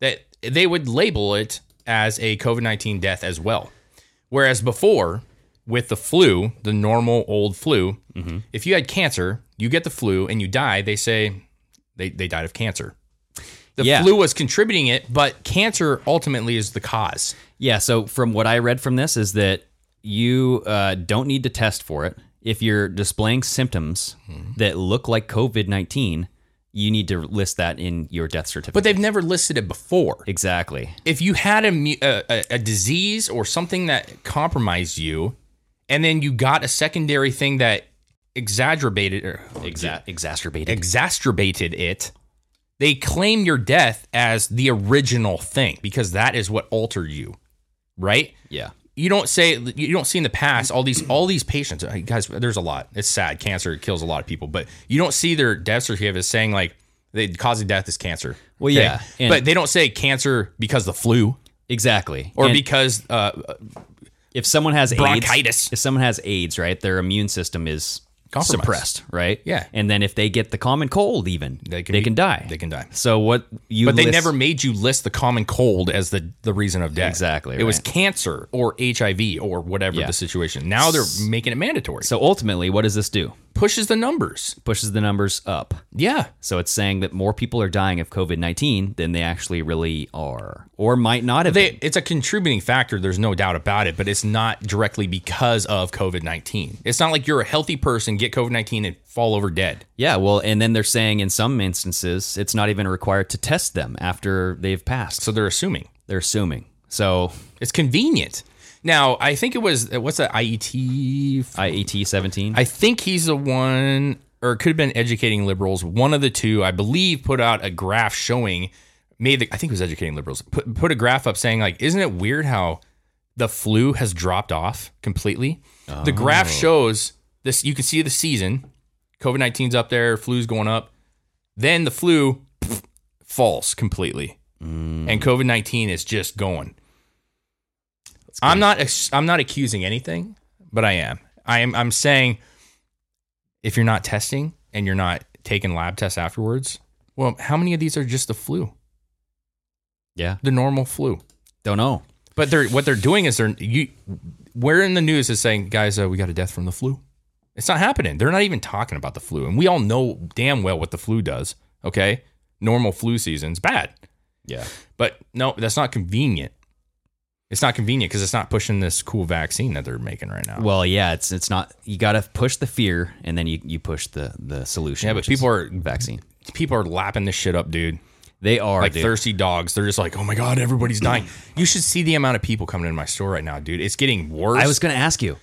G: that they would label it as a COVID nineteen death as well. Whereas before, with the flu, the normal old flu, if you had cancer, you get the flu and you die, they say they, they died of cancer. The
F: Yeah.
G: flu was contributing it, but cancer ultimately is the cause.
F: Yeah. So from what I read from this is that you uh, don't need to test for it. If you're displaying symptoms
G: Hmm.
F: that look like COVID nineteen, you need to list that in your death certificate.
G: But they've never listed it before.
F: Exactly.
G: If you had a, mu- a, a, a disease or something that compromised you and then you got a secondary thing that exaggerated or
F: Exa- exacerbated
G: exacerbated it. They claim your death as the original thing because that is what altered you, right?
F: Yeah.
G: You don't say you don't see in the past all these all these patients guys. There's a lot. It's sad. Cancer kills a lot of people, but you don't see their death certificate as saying like the cause of death is cancer.
F: Well, yeah, and-
G: but they don't say cancer because of the flu
F: exactly
G: or
F: And-
G: because uh,
F: if someone has
G: Bronchitis.
F: AIDS, if someone has AIDS, right, their immune system is
G: Compromised.
F: suppressed, right?
G: Yeah.
F: and then if they get the common cold, even they can,
G: be-
F: die.
G: they can die.
F: So what you?
G: but they
F: list-
G: never made you list the common cold as the, the reason of death.
F: Exactly,
G: It was
F: right.
G: cancer or HIV or whatever
F: Yeah.
G: the situation. Now they're making it mandatory.
F: So ultimately, what does this do?
G: Pushes the numbers.
F: Pushes the numbers up.
G: Yeah.
F: So it's saying that more people are dying of COVID nineteen than they actually really are, or might not have.
G: They, it's a contributing factor, there's no doubt about it, but it's not directly because of COVID 19. It's not like you're a healthy person, get COVID 19, and fall over dead.
F: Yeah, well, and then they're saying in some instances it's not even required to test them after they've passed.
G: So they're assuming.
F: They're assuming. So
G: It's convenient. Now, I think it was, what's that, E IET?
F: IET 17.
G: I think he's the one, or it could have been educating liberals. One of the two, I believe, put out a graph showing made. The, I think it was educating liberals. Put put a graph up saying like, isn't it weird how the flu has dropped off completely? The graph shows this. You can see the season. COVID 19's up there. Flu's going up. Then the flu pff, falls completely, and COVID nineteen is just going. I'm not. ex- I'm not accusing anything, but I am. I am. I'm saying, if you're not testing and you're not taking lab tests afterwards, well, how many of these are just the flu,
F: yeah,
G: the normal flu?
F: don't know.
G: But they're what they're doing is they're you. Where in the news is saying, guys, uh, we got a death from the flu. It's not happening. They're not even talking about the flu, and we all know damn well what the flu does. Okay, normal flu season's bad.
F: Yeah.
G: But no, that's not convenient. It's not convenient because it's not pushing this cool vaccine that they're making right now.
F: Well, yeah, it's it's not. You got to push the fear, and then you, you push the the solution.
G: Yeah, but
F: which is
G: people are-
F: vaccine.
G: people are lapping this shit up, dude.
F: They are
G: like
F: dude.
G: thirsty dogs. They're just like, oh my god,
F: *clears throat*
G: everybody's dying. you should see the amount of people coming into my store right now, dude. It's getting worse.
F: I was gonna ask you,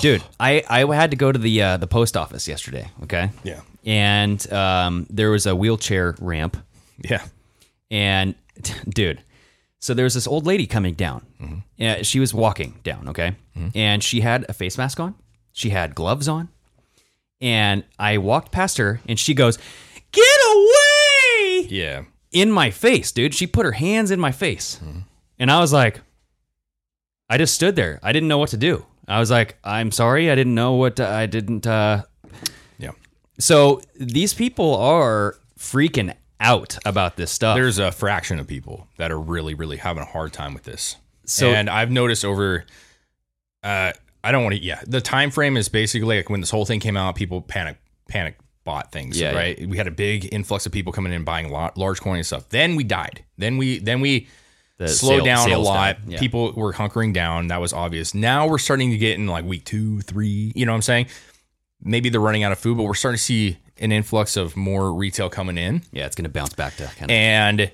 F: dude. I I had to go to the uh, the post office yesterday. Okay.
G: Yeah. *laughs*
F: And um, there was a wheelchair ramp,
G: yeah.
F: and *laughs* dude, so there was this old lady coming down. Yeah, she was walking down. Okay. And she had a face mask on. She had gloves on. And I walked past her, and she goes, "Get away!"
G: Yeah.
F: in my face, dude. She put her hands in my face. And I was like, I just stood there. I didn't know what to do. I was like, I'm sorry. I didn't know what to- I didn't. Uh.
G: Yeah.
F: So these people are freaking out about this stuff.
G: There's a fraction of people that are really, really having a hard time with this.
F: So-
G: and I've noticed over uh I don't want to yeah, the time frame is basically like when this whole thing came out, people panic panic bought things,
F: Yeah,
G: right? We had a big influx of people coming in and buying lo- large quantities of stuff. Then we died. Then we then we
F: The
G: slowed
F: sale-
G: down a
F: sales
G: lot.
F: down, yeah.
G: People were hunkering down. That was obvious. Now we're starting to get in like week two, three. You know what I'm saying? Maybe they're running out of food, but we're starting to see an influx of more retail coming in
F: yeah, it's gonna bounce back to kind of.
G: and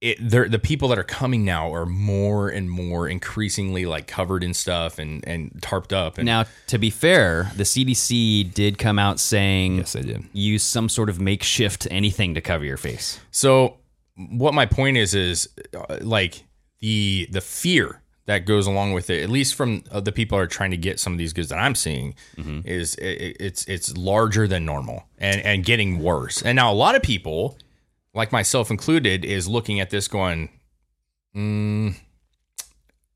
G: it they're, the people that are coming now are more and more increasingly like covered in stuff and and tarped up and
F: Now, to be fair, the CDC did come out saying
G: yes they did
F: use some sort of makeshift anything to cover your face.
G: so what my point is is uh, like the the fear that goes along with it at least from uh, the people that are trying to get some of these goods that i'm seeing is it, it's it's larger than normal and and getting worse and now a lot of people like myself included is looking at this going mm,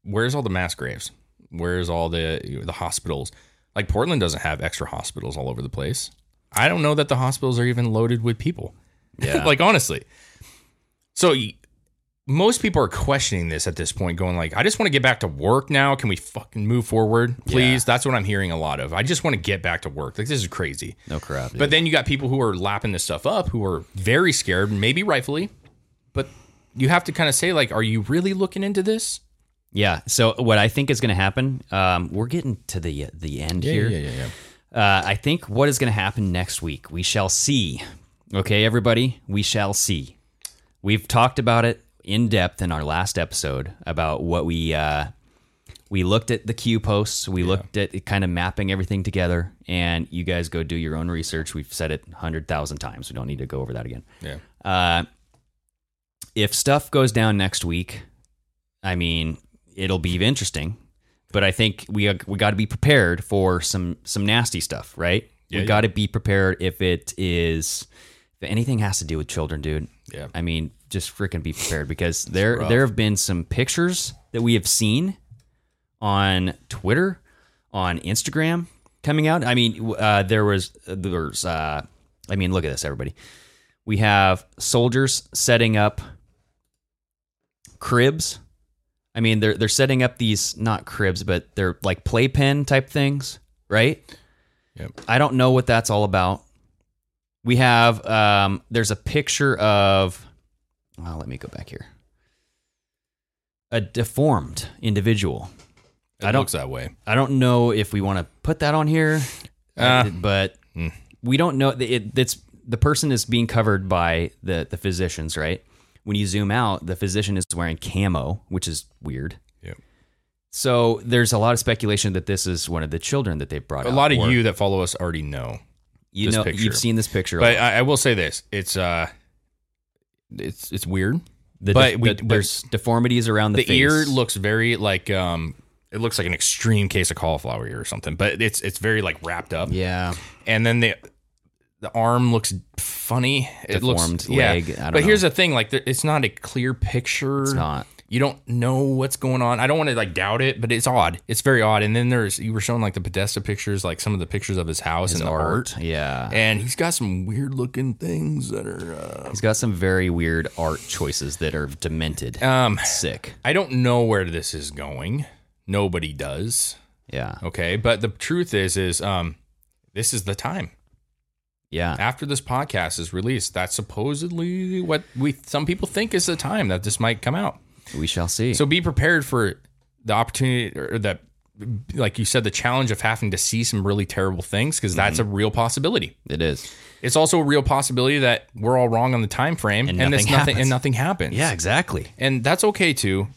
G: where's all the mass graves? Where's all the the hospitals? Like Portland doesn't have extra hospitals all over the place. I don't know that the hospitals are even loaded with people.
F: Yeah.
G: *laughs* like honestly. So y- most people are questioning this at this point going like I just want to get back to work now. Can we fucking move forward, please? That's what I'm hearing a lot of. I just want to get back to work. Like this is crazy.
F: No crap.
G: But then you got people who are lapping this stuff up who are very scared, maybe rightfully. But you have to kind of say like are you really looking into this?
F: Yeah. So what I think is going to happen, um, we're getting to the the end here.
G: yeah.
F: Uh, I think what is going to happen next week, we shall see. Okay, everybody, we shall see. We've talked about it in depth in our last episode about what we uh, we looked at the cue posts, we looked at it kind of mapping everything together, and you guys go do your own research. We've said it hundred thousand times. We don't need to go over that again.
G: Yeah.
F: Uh, if stuff goes down next week, I mean, it'll be interesting. But I think we uh, we got to be prepared for some some nasty stuff, right?
G: Yeah,
F: we
G: yeah.
F: got to be prepared if it is if anything has to do with children, dude.
G: Yeah.
F: I mean, just freaking be prepared because there
G: rough.
F: there have been some pictures that we have seen on Twitter, on Instagram coming out. I mean, w- uh, there was there's uh, I mean, look at this, everybody. We have soldiers setting up cribs. I mean, they're they're setting up these not cribs, but they're like playpen type things, right?
G: Yep.
F: I don't know what that's all about. We have um, there's a picture of. Well, let me go back here. A deformed individual.
G: It looks that way.
F: I don't know if we want to put that on here,
G: Uh,
F: but we don't know. It, it's the person is being covered by the the physicians, right? When you zoom out, the physician is wearing camo, which is weird.
G: Yep.
F: So there's a lot of speculation that this is one of the children that they brought.
G: A
F: out,
G: lot of
F: or-
G: you that follow us already know.
F: You know- you've seen this picture a
G: But
F: lot.
G: I, I will say this: it's uh, it's it's weird.
F: The
G: but
F: def-
G: we,
F: the- there's deformities around the face.
G: ear looks very like um, it looks like an extreme case of cauliflower ear or something. But it's it's very like wrapped up.
F: Yeah.
G: And then the the arm looks funny. it looks
F: Deformed
G: yeah.
F: leg, I don't
G: but here's
F: know.
G: the thing: like there, it's not a clear picture.
F: It's not.
G: You don't know what's going on. I don't want to like doubt it, but it's odd. It's very odd. And then there's you were showing like the Podesta pictures, like some of the pictures of his house
F: His
G: and the
F: art, yeah.
G: And he's got some weird looking things that are. Uh,
F: He's got some very weird art choices that are demented.
G: um,
F: sick.
G: I don't know where this is going. Nobody does.
F: Yeah.
G: Okay. But the truth is, is um, this is the time.
F: Yeah.
G: After this podcast is released, that's supposedly what we some people think is the time that this might come out.
F: We shall see.
G: So be prepared for the opportunity or that, like you said, the challenge of having to see some really terrible things because that's
F: Mm-hmm.
G: a real possibility.
F: It is.
G: It's also a real possibility that we're all wrong on the time frame
F: And
G: and, it's
F: nothing
G: nothing
F: happens.
G: and nothing happens.
F: Yeah, exactly.
G: And that's okay too.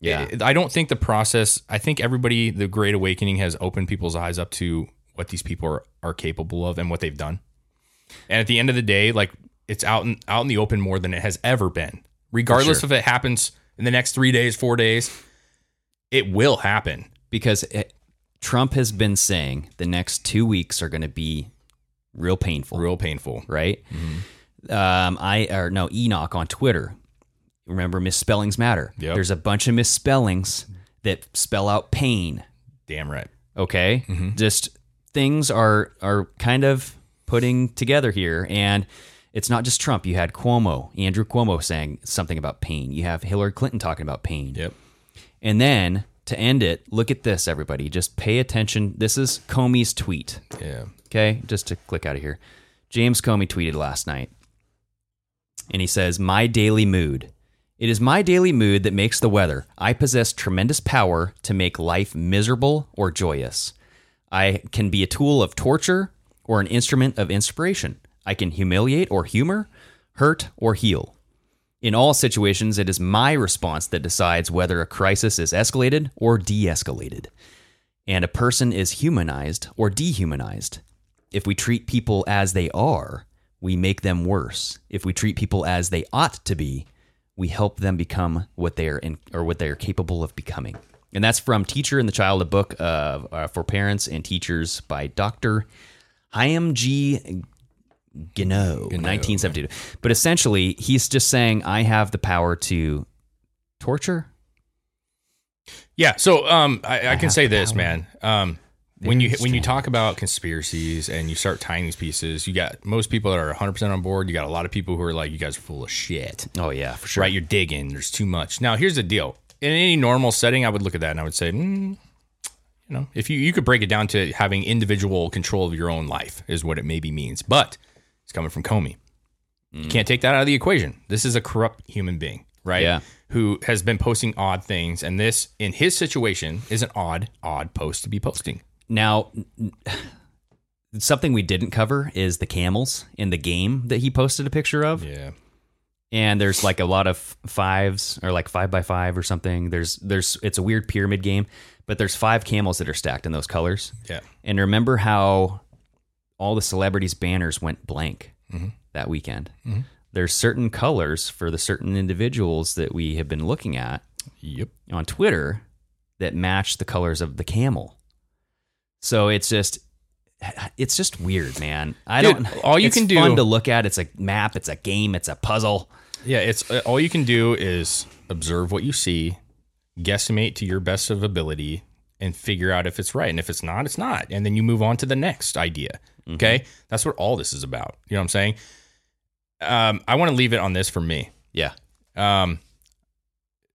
F: Yeah.
G: It- I don't think the process, I think everybody, the Great Awakening has opened people's eyes up to what these people are, are capable of and what they've done. And at the end of the day, like it's out in, out in the open more than it has ever been. Regardless
F: sure.
G: if it happens in the next three days, four days, it will happen.
F: Because it, Trump has been saying the next two weeks are going to be real painful.
G: Real painful.
F: Right? Um, I, or no, Enoch on Twitter. Remember, misspellings matter.
G: Yep.
F: There's a bunch of misspellings that spell out pain.
G: Damn right.
F: okay just things are are kind of putting together here and it's not just trump you had cuomo andrew cuomo saying something about pain you have hillary clinton talking about pain
G: Yep.
F: and then to end it look at this everybody just pay attention this is comey's tweet
G: Yeah.
F: Okay, just to click out of here. James Comey tweeted last night, and he says, My daily mood. It is my daily mood that makes the weather. I possess tremendous power to make life miserable or joyous. I can be a tool of torture or an instrument of inspiration. I can humiliate or humor, hurt or heal. In all situations, it is my response that decides whether a crisis is escalated or de escalated and a person is humanized or dehumanized. If we treat people as they are, we make them worse. If we treat people as they ought to be, we help them become what they are in, or what they are capable of becoming. And that's from Teacher and the Child, a book uh, uh, for parents and teachers by Dr. Chaim G. Gino, 1972. But essentially, he's just saying, I have the power to torture.
G: Yeah. So um, I, I can
F: have
G: say
F: the
G: this,
F: power.
G: man. Um, when you
F: Very
G: when you talk about conspiracies and you start tying these pieces, you got most people that are 100 percent on board. You got a lot of people who are like, "You guys are full of shit."
F: Oh, yeah, for sure.
G: Right? You're digging. There's too much. Now, here's the deal. In any normal setting, I would look at that and I would say, mm, you know, if you you could break it down to having individual control of your own life is what it maybe means. But it's coming from Comey. You can't take that out of the equation. This is a corrupt human being, right?
F: Yeah.
G: Who has been posting odd things, and this, in his situation, is an odd, odd post to be posting.
F: Now, n- something we didn't cover is the camels in the game that he posted a picture of.
G: Yeah.
F: and there's like a lot of fives or like five by five or something. There's there's it's a weird pyramid game, but there's five camels that are stacked in those colors.
G: Yeah.
F: And remember how all the celebrities' banners went blank
G: Mm-hmm.
F: that weekend.
G: Mhm.
F: There's certain colors for the certain individuals that we have been looking at
G: Yep.
F: on Twitter that match the colors of the camel. So it's just it's just weird, man. I
G: Dude,
F: don't
G: all you
F: it's
G: can do-
F: fun to look at. It's a map, it's a game, it's a puzzle.
G: Yeah, it's uh, all you can do is observe what you see, guesstimate to your best of ability, and figure out if it's right. And if it's not, it's not. And then you move on to the next idea. Okay, that's what all this is about. You know what I'm saying? Um, I want to leave it on this for me.
F: Yeah.
G: Um,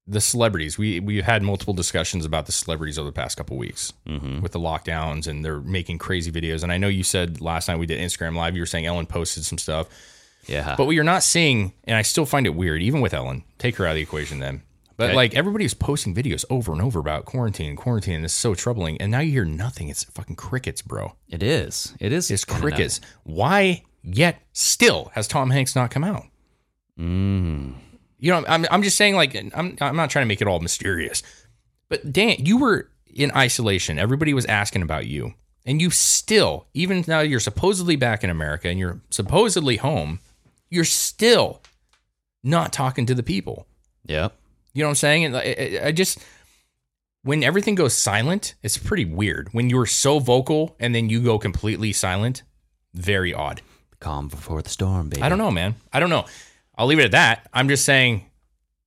G: the celebrities. We we had multiple discussions about the celebrities over the past couple weeks with the lockdowns, and they're making crazy videos. And I know you said last night we did Instagram live. You were saying Ellen posted some stuff.
F: Yeah.
G: But what you're not seeing, and I still find it weird, even with Ellen, take her out of the equation then. But
F: Okay.
G: like everybody's posting videos over and over about quarantine, quarantine, and it's so troubling. And now you hear nothing. It's fucking crickets, bro.
F: It is. It is.
G: It's crickets. Why yet still has Tom Hanks not come out?
F: Mm.
G: You know, I'm I'm just saying like I'm I'm not trying to make it all mysterious. But Dan, you were in isolation. Everybody was asking about you. And you still, even now you're supposedly back in America and you're supposedly home, you're still not talking to the people.
F: Yeah.
G: You know what I'm saying? And uh, I, I- I just when everything goes silent, it's pretty weird. When you're so vocal and then you go completely silent, very odd.
F: Calm before the storm, baby.
G: I don't know, man. I don't know. I'll leave it at that. I'm just saying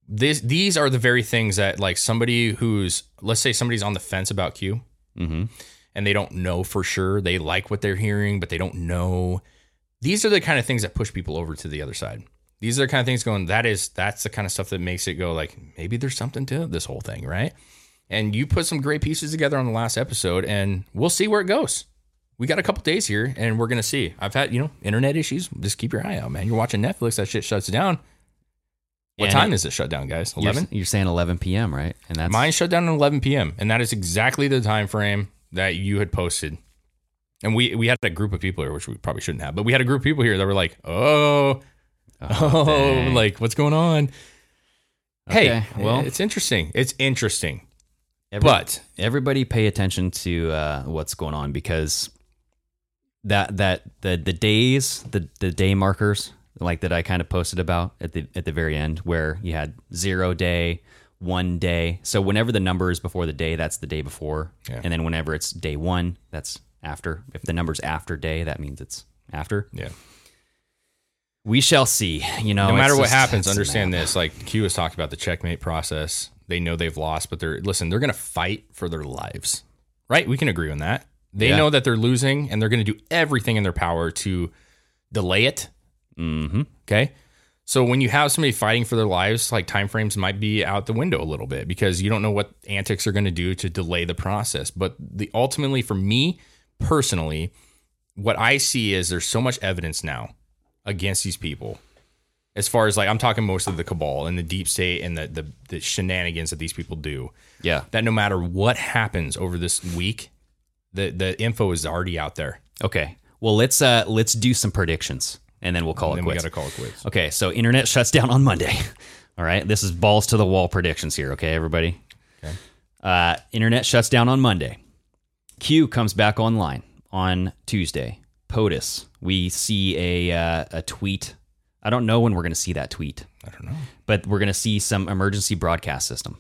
G: this these are the very things that like somebody who's let's say somebody's on the fence about Q and they don't know for sure. They like what they're hearing, but they don't know. These are the kind of things that push people over to the other side. These are the kind of things going, that is that's the kind of stuff that makes it go like maybe there's something to this whole thing, right? And you put some great pieces together on the last episode and we'll see where it goes we got a couple days here and we're gonna see. I've had, you know, internet issues. Just keep your eye out, man. You're watching Netflix, that shit shuts down. What
F: And
G: time
F: it-
G: is it shut down, guys?
F: You're-
G: Eleven?
F: You're, saying 11 p.m., right? And that's
G: Mine shut down at eleven PM. And that is exactly the time frame that you had posted. And we we had a group of people here, which we probably shouldn't have, but we had a group of people here that were like, Oh, *laughs* oh,
F: dang.
G: like what's going on?
F: Okay,
G: hey,
F: well-
G: well it's interesting. It's interesting.
F: Every-
G: but-
F: everybody pay attention to uh, what's going on because that that the the days the the day markers like that I kind of posted about at the at the very end where you had zero day, one day. So whenever the number is before the day, that's the day before,
G: Yeah.
F: and then whenever it's day one, that's after. If the number's after day, that means it's after.
G: Yeah.
F: We shall see. You know,
G: no
F: it's
G: matter what
F: just-
G: happens,
F: it's a
G: understand
F: map.
G: this. Like Q has talked about the checkmate process. They know they've lost, but they're listen. They're going to fight for their lives, right? We can agree on that. They
F: Yeah.
G: know that they're losing, and they're going to do everything in their power to delay it.
F: Mm-hmm.
G: Okay. So when you have somebody fighting for their lives, like timeframes might be out the window a little bit because you don't know what antics are going to do to delay the process. But the ultimately, for me personally, what I see is there's so much evidence now against these people. As far as like I'm talking mostly the cabal and the deep state and the the, the shenanigans that these people do.
F: Yeah.
G: That no matter what happens over this week, the the info is already out there.
F: Okay. Well, let's uh let's do some predictions and then we'll call it
G: Then we
F: quits.
G: gotta call it quits.
F: Okay, so internet *laughs* shuts down on Monday. All right. This is balls to the wall predictions here, okay, everybody?
G: Okay.
F: Uh internet shuts down on Monday. Q comes back online on Tuesday. POTUS, we see a uh, a tweet. I don't know when we're going to see that tweet. I
G: don't know.
F: But we're going to see some emergency broadcast system.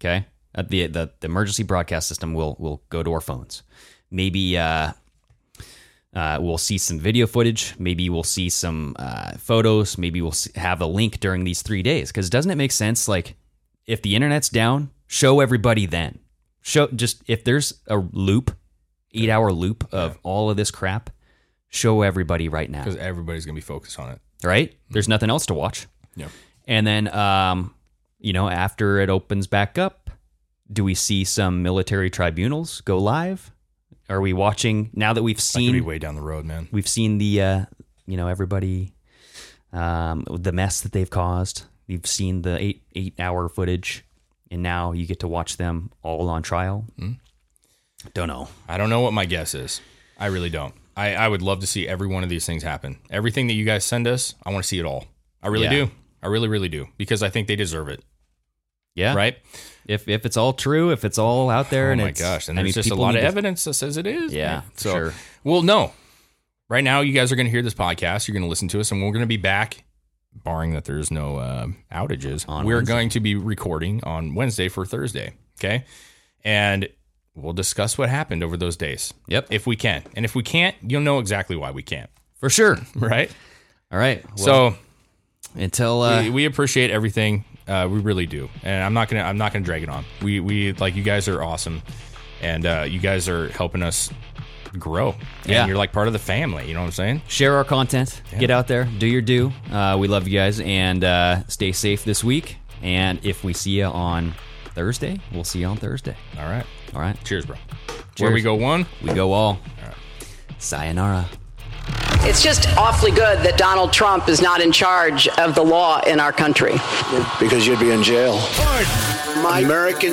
F: Okay, uh, the, the the emergency broadcast system will will go to our phones. Maybe uh, uh, we'll see some video footage. Maybe we'll see some uh, photos. Maybe we'll s have a link during these three days. Because doesn't it make sense? Like, if the internet's down, show everybody then. Show just if there's a loop, eight hour loop of all of this crap, show everybody right now.
G: Because everybody's gonna be focused on it.
F: Right? There's nothing else to watch.
G: Yeah.
F: And then, um, you know, after it opens back up, do we see some military tribunals go live? Are we watching now that we've
G: That could be
F: seen
G: way down the road, man.
F: we've seen the uh, you know everybody um, the mess that they've caused? We've seen the eight eight hour footage, and now you get to watch them all on trial.
G: Hmm.
F: Don't know.
G: I don't know what my guess is. I really don't. I, I would love to see every one of these things happen. Everything that you guys send us, I want to see it all. I really
F: Yeah.
G: do. I really, really do because I think they deserve it.
F: Yeah.
G: Right.
F: If if it's all true, if it's all out there,
G: Oh
F: and
G: my
F: it's,
G: gosh, and
F: I
G: there's
F: mean,
G: just a
F: people
G: lot
F: need
G: of
F: to-
G: evidence that says it is.
F: Yeah,
G: man. So,
F: sure.
G: well, no. Right now, you guys are going to hear this podcast. You're going to listen to us, and we're going to be back, barring that there's no uh, outages.
F: On
G: we're
F: Wednesday.
G: going to be recording on Wednesday for Thursday. Okay, and we'll discuss what happened over those days. Yep, if we can, and if we can't, you'll know exactly why we can't
F: for sure.
G: Right.
F: All right.
G: so
F: well, until uh,
G: we, we appreciate everything. Uh, we really do, and I'm not gonna I'm not gonna drag it on. We we like you guys are awesome, and uh, you guys are helping us grow. And
F: Yeah.
G: you're like part of the family. You know what I'm saying?
F: share our content, get out there, do your due. Uh, we love you guys, and uh, stay safe this week. And if we see you on Thursday, we'll see you on Thursday.
G: All right.
F: All right.
G: Cheers, bro. Where we go one,
F: we go all. all right. Sayonara.
D: It's just awfully good that Donald Trump is not in charge of the law in our country.
A: Because you'd be in jail. My American.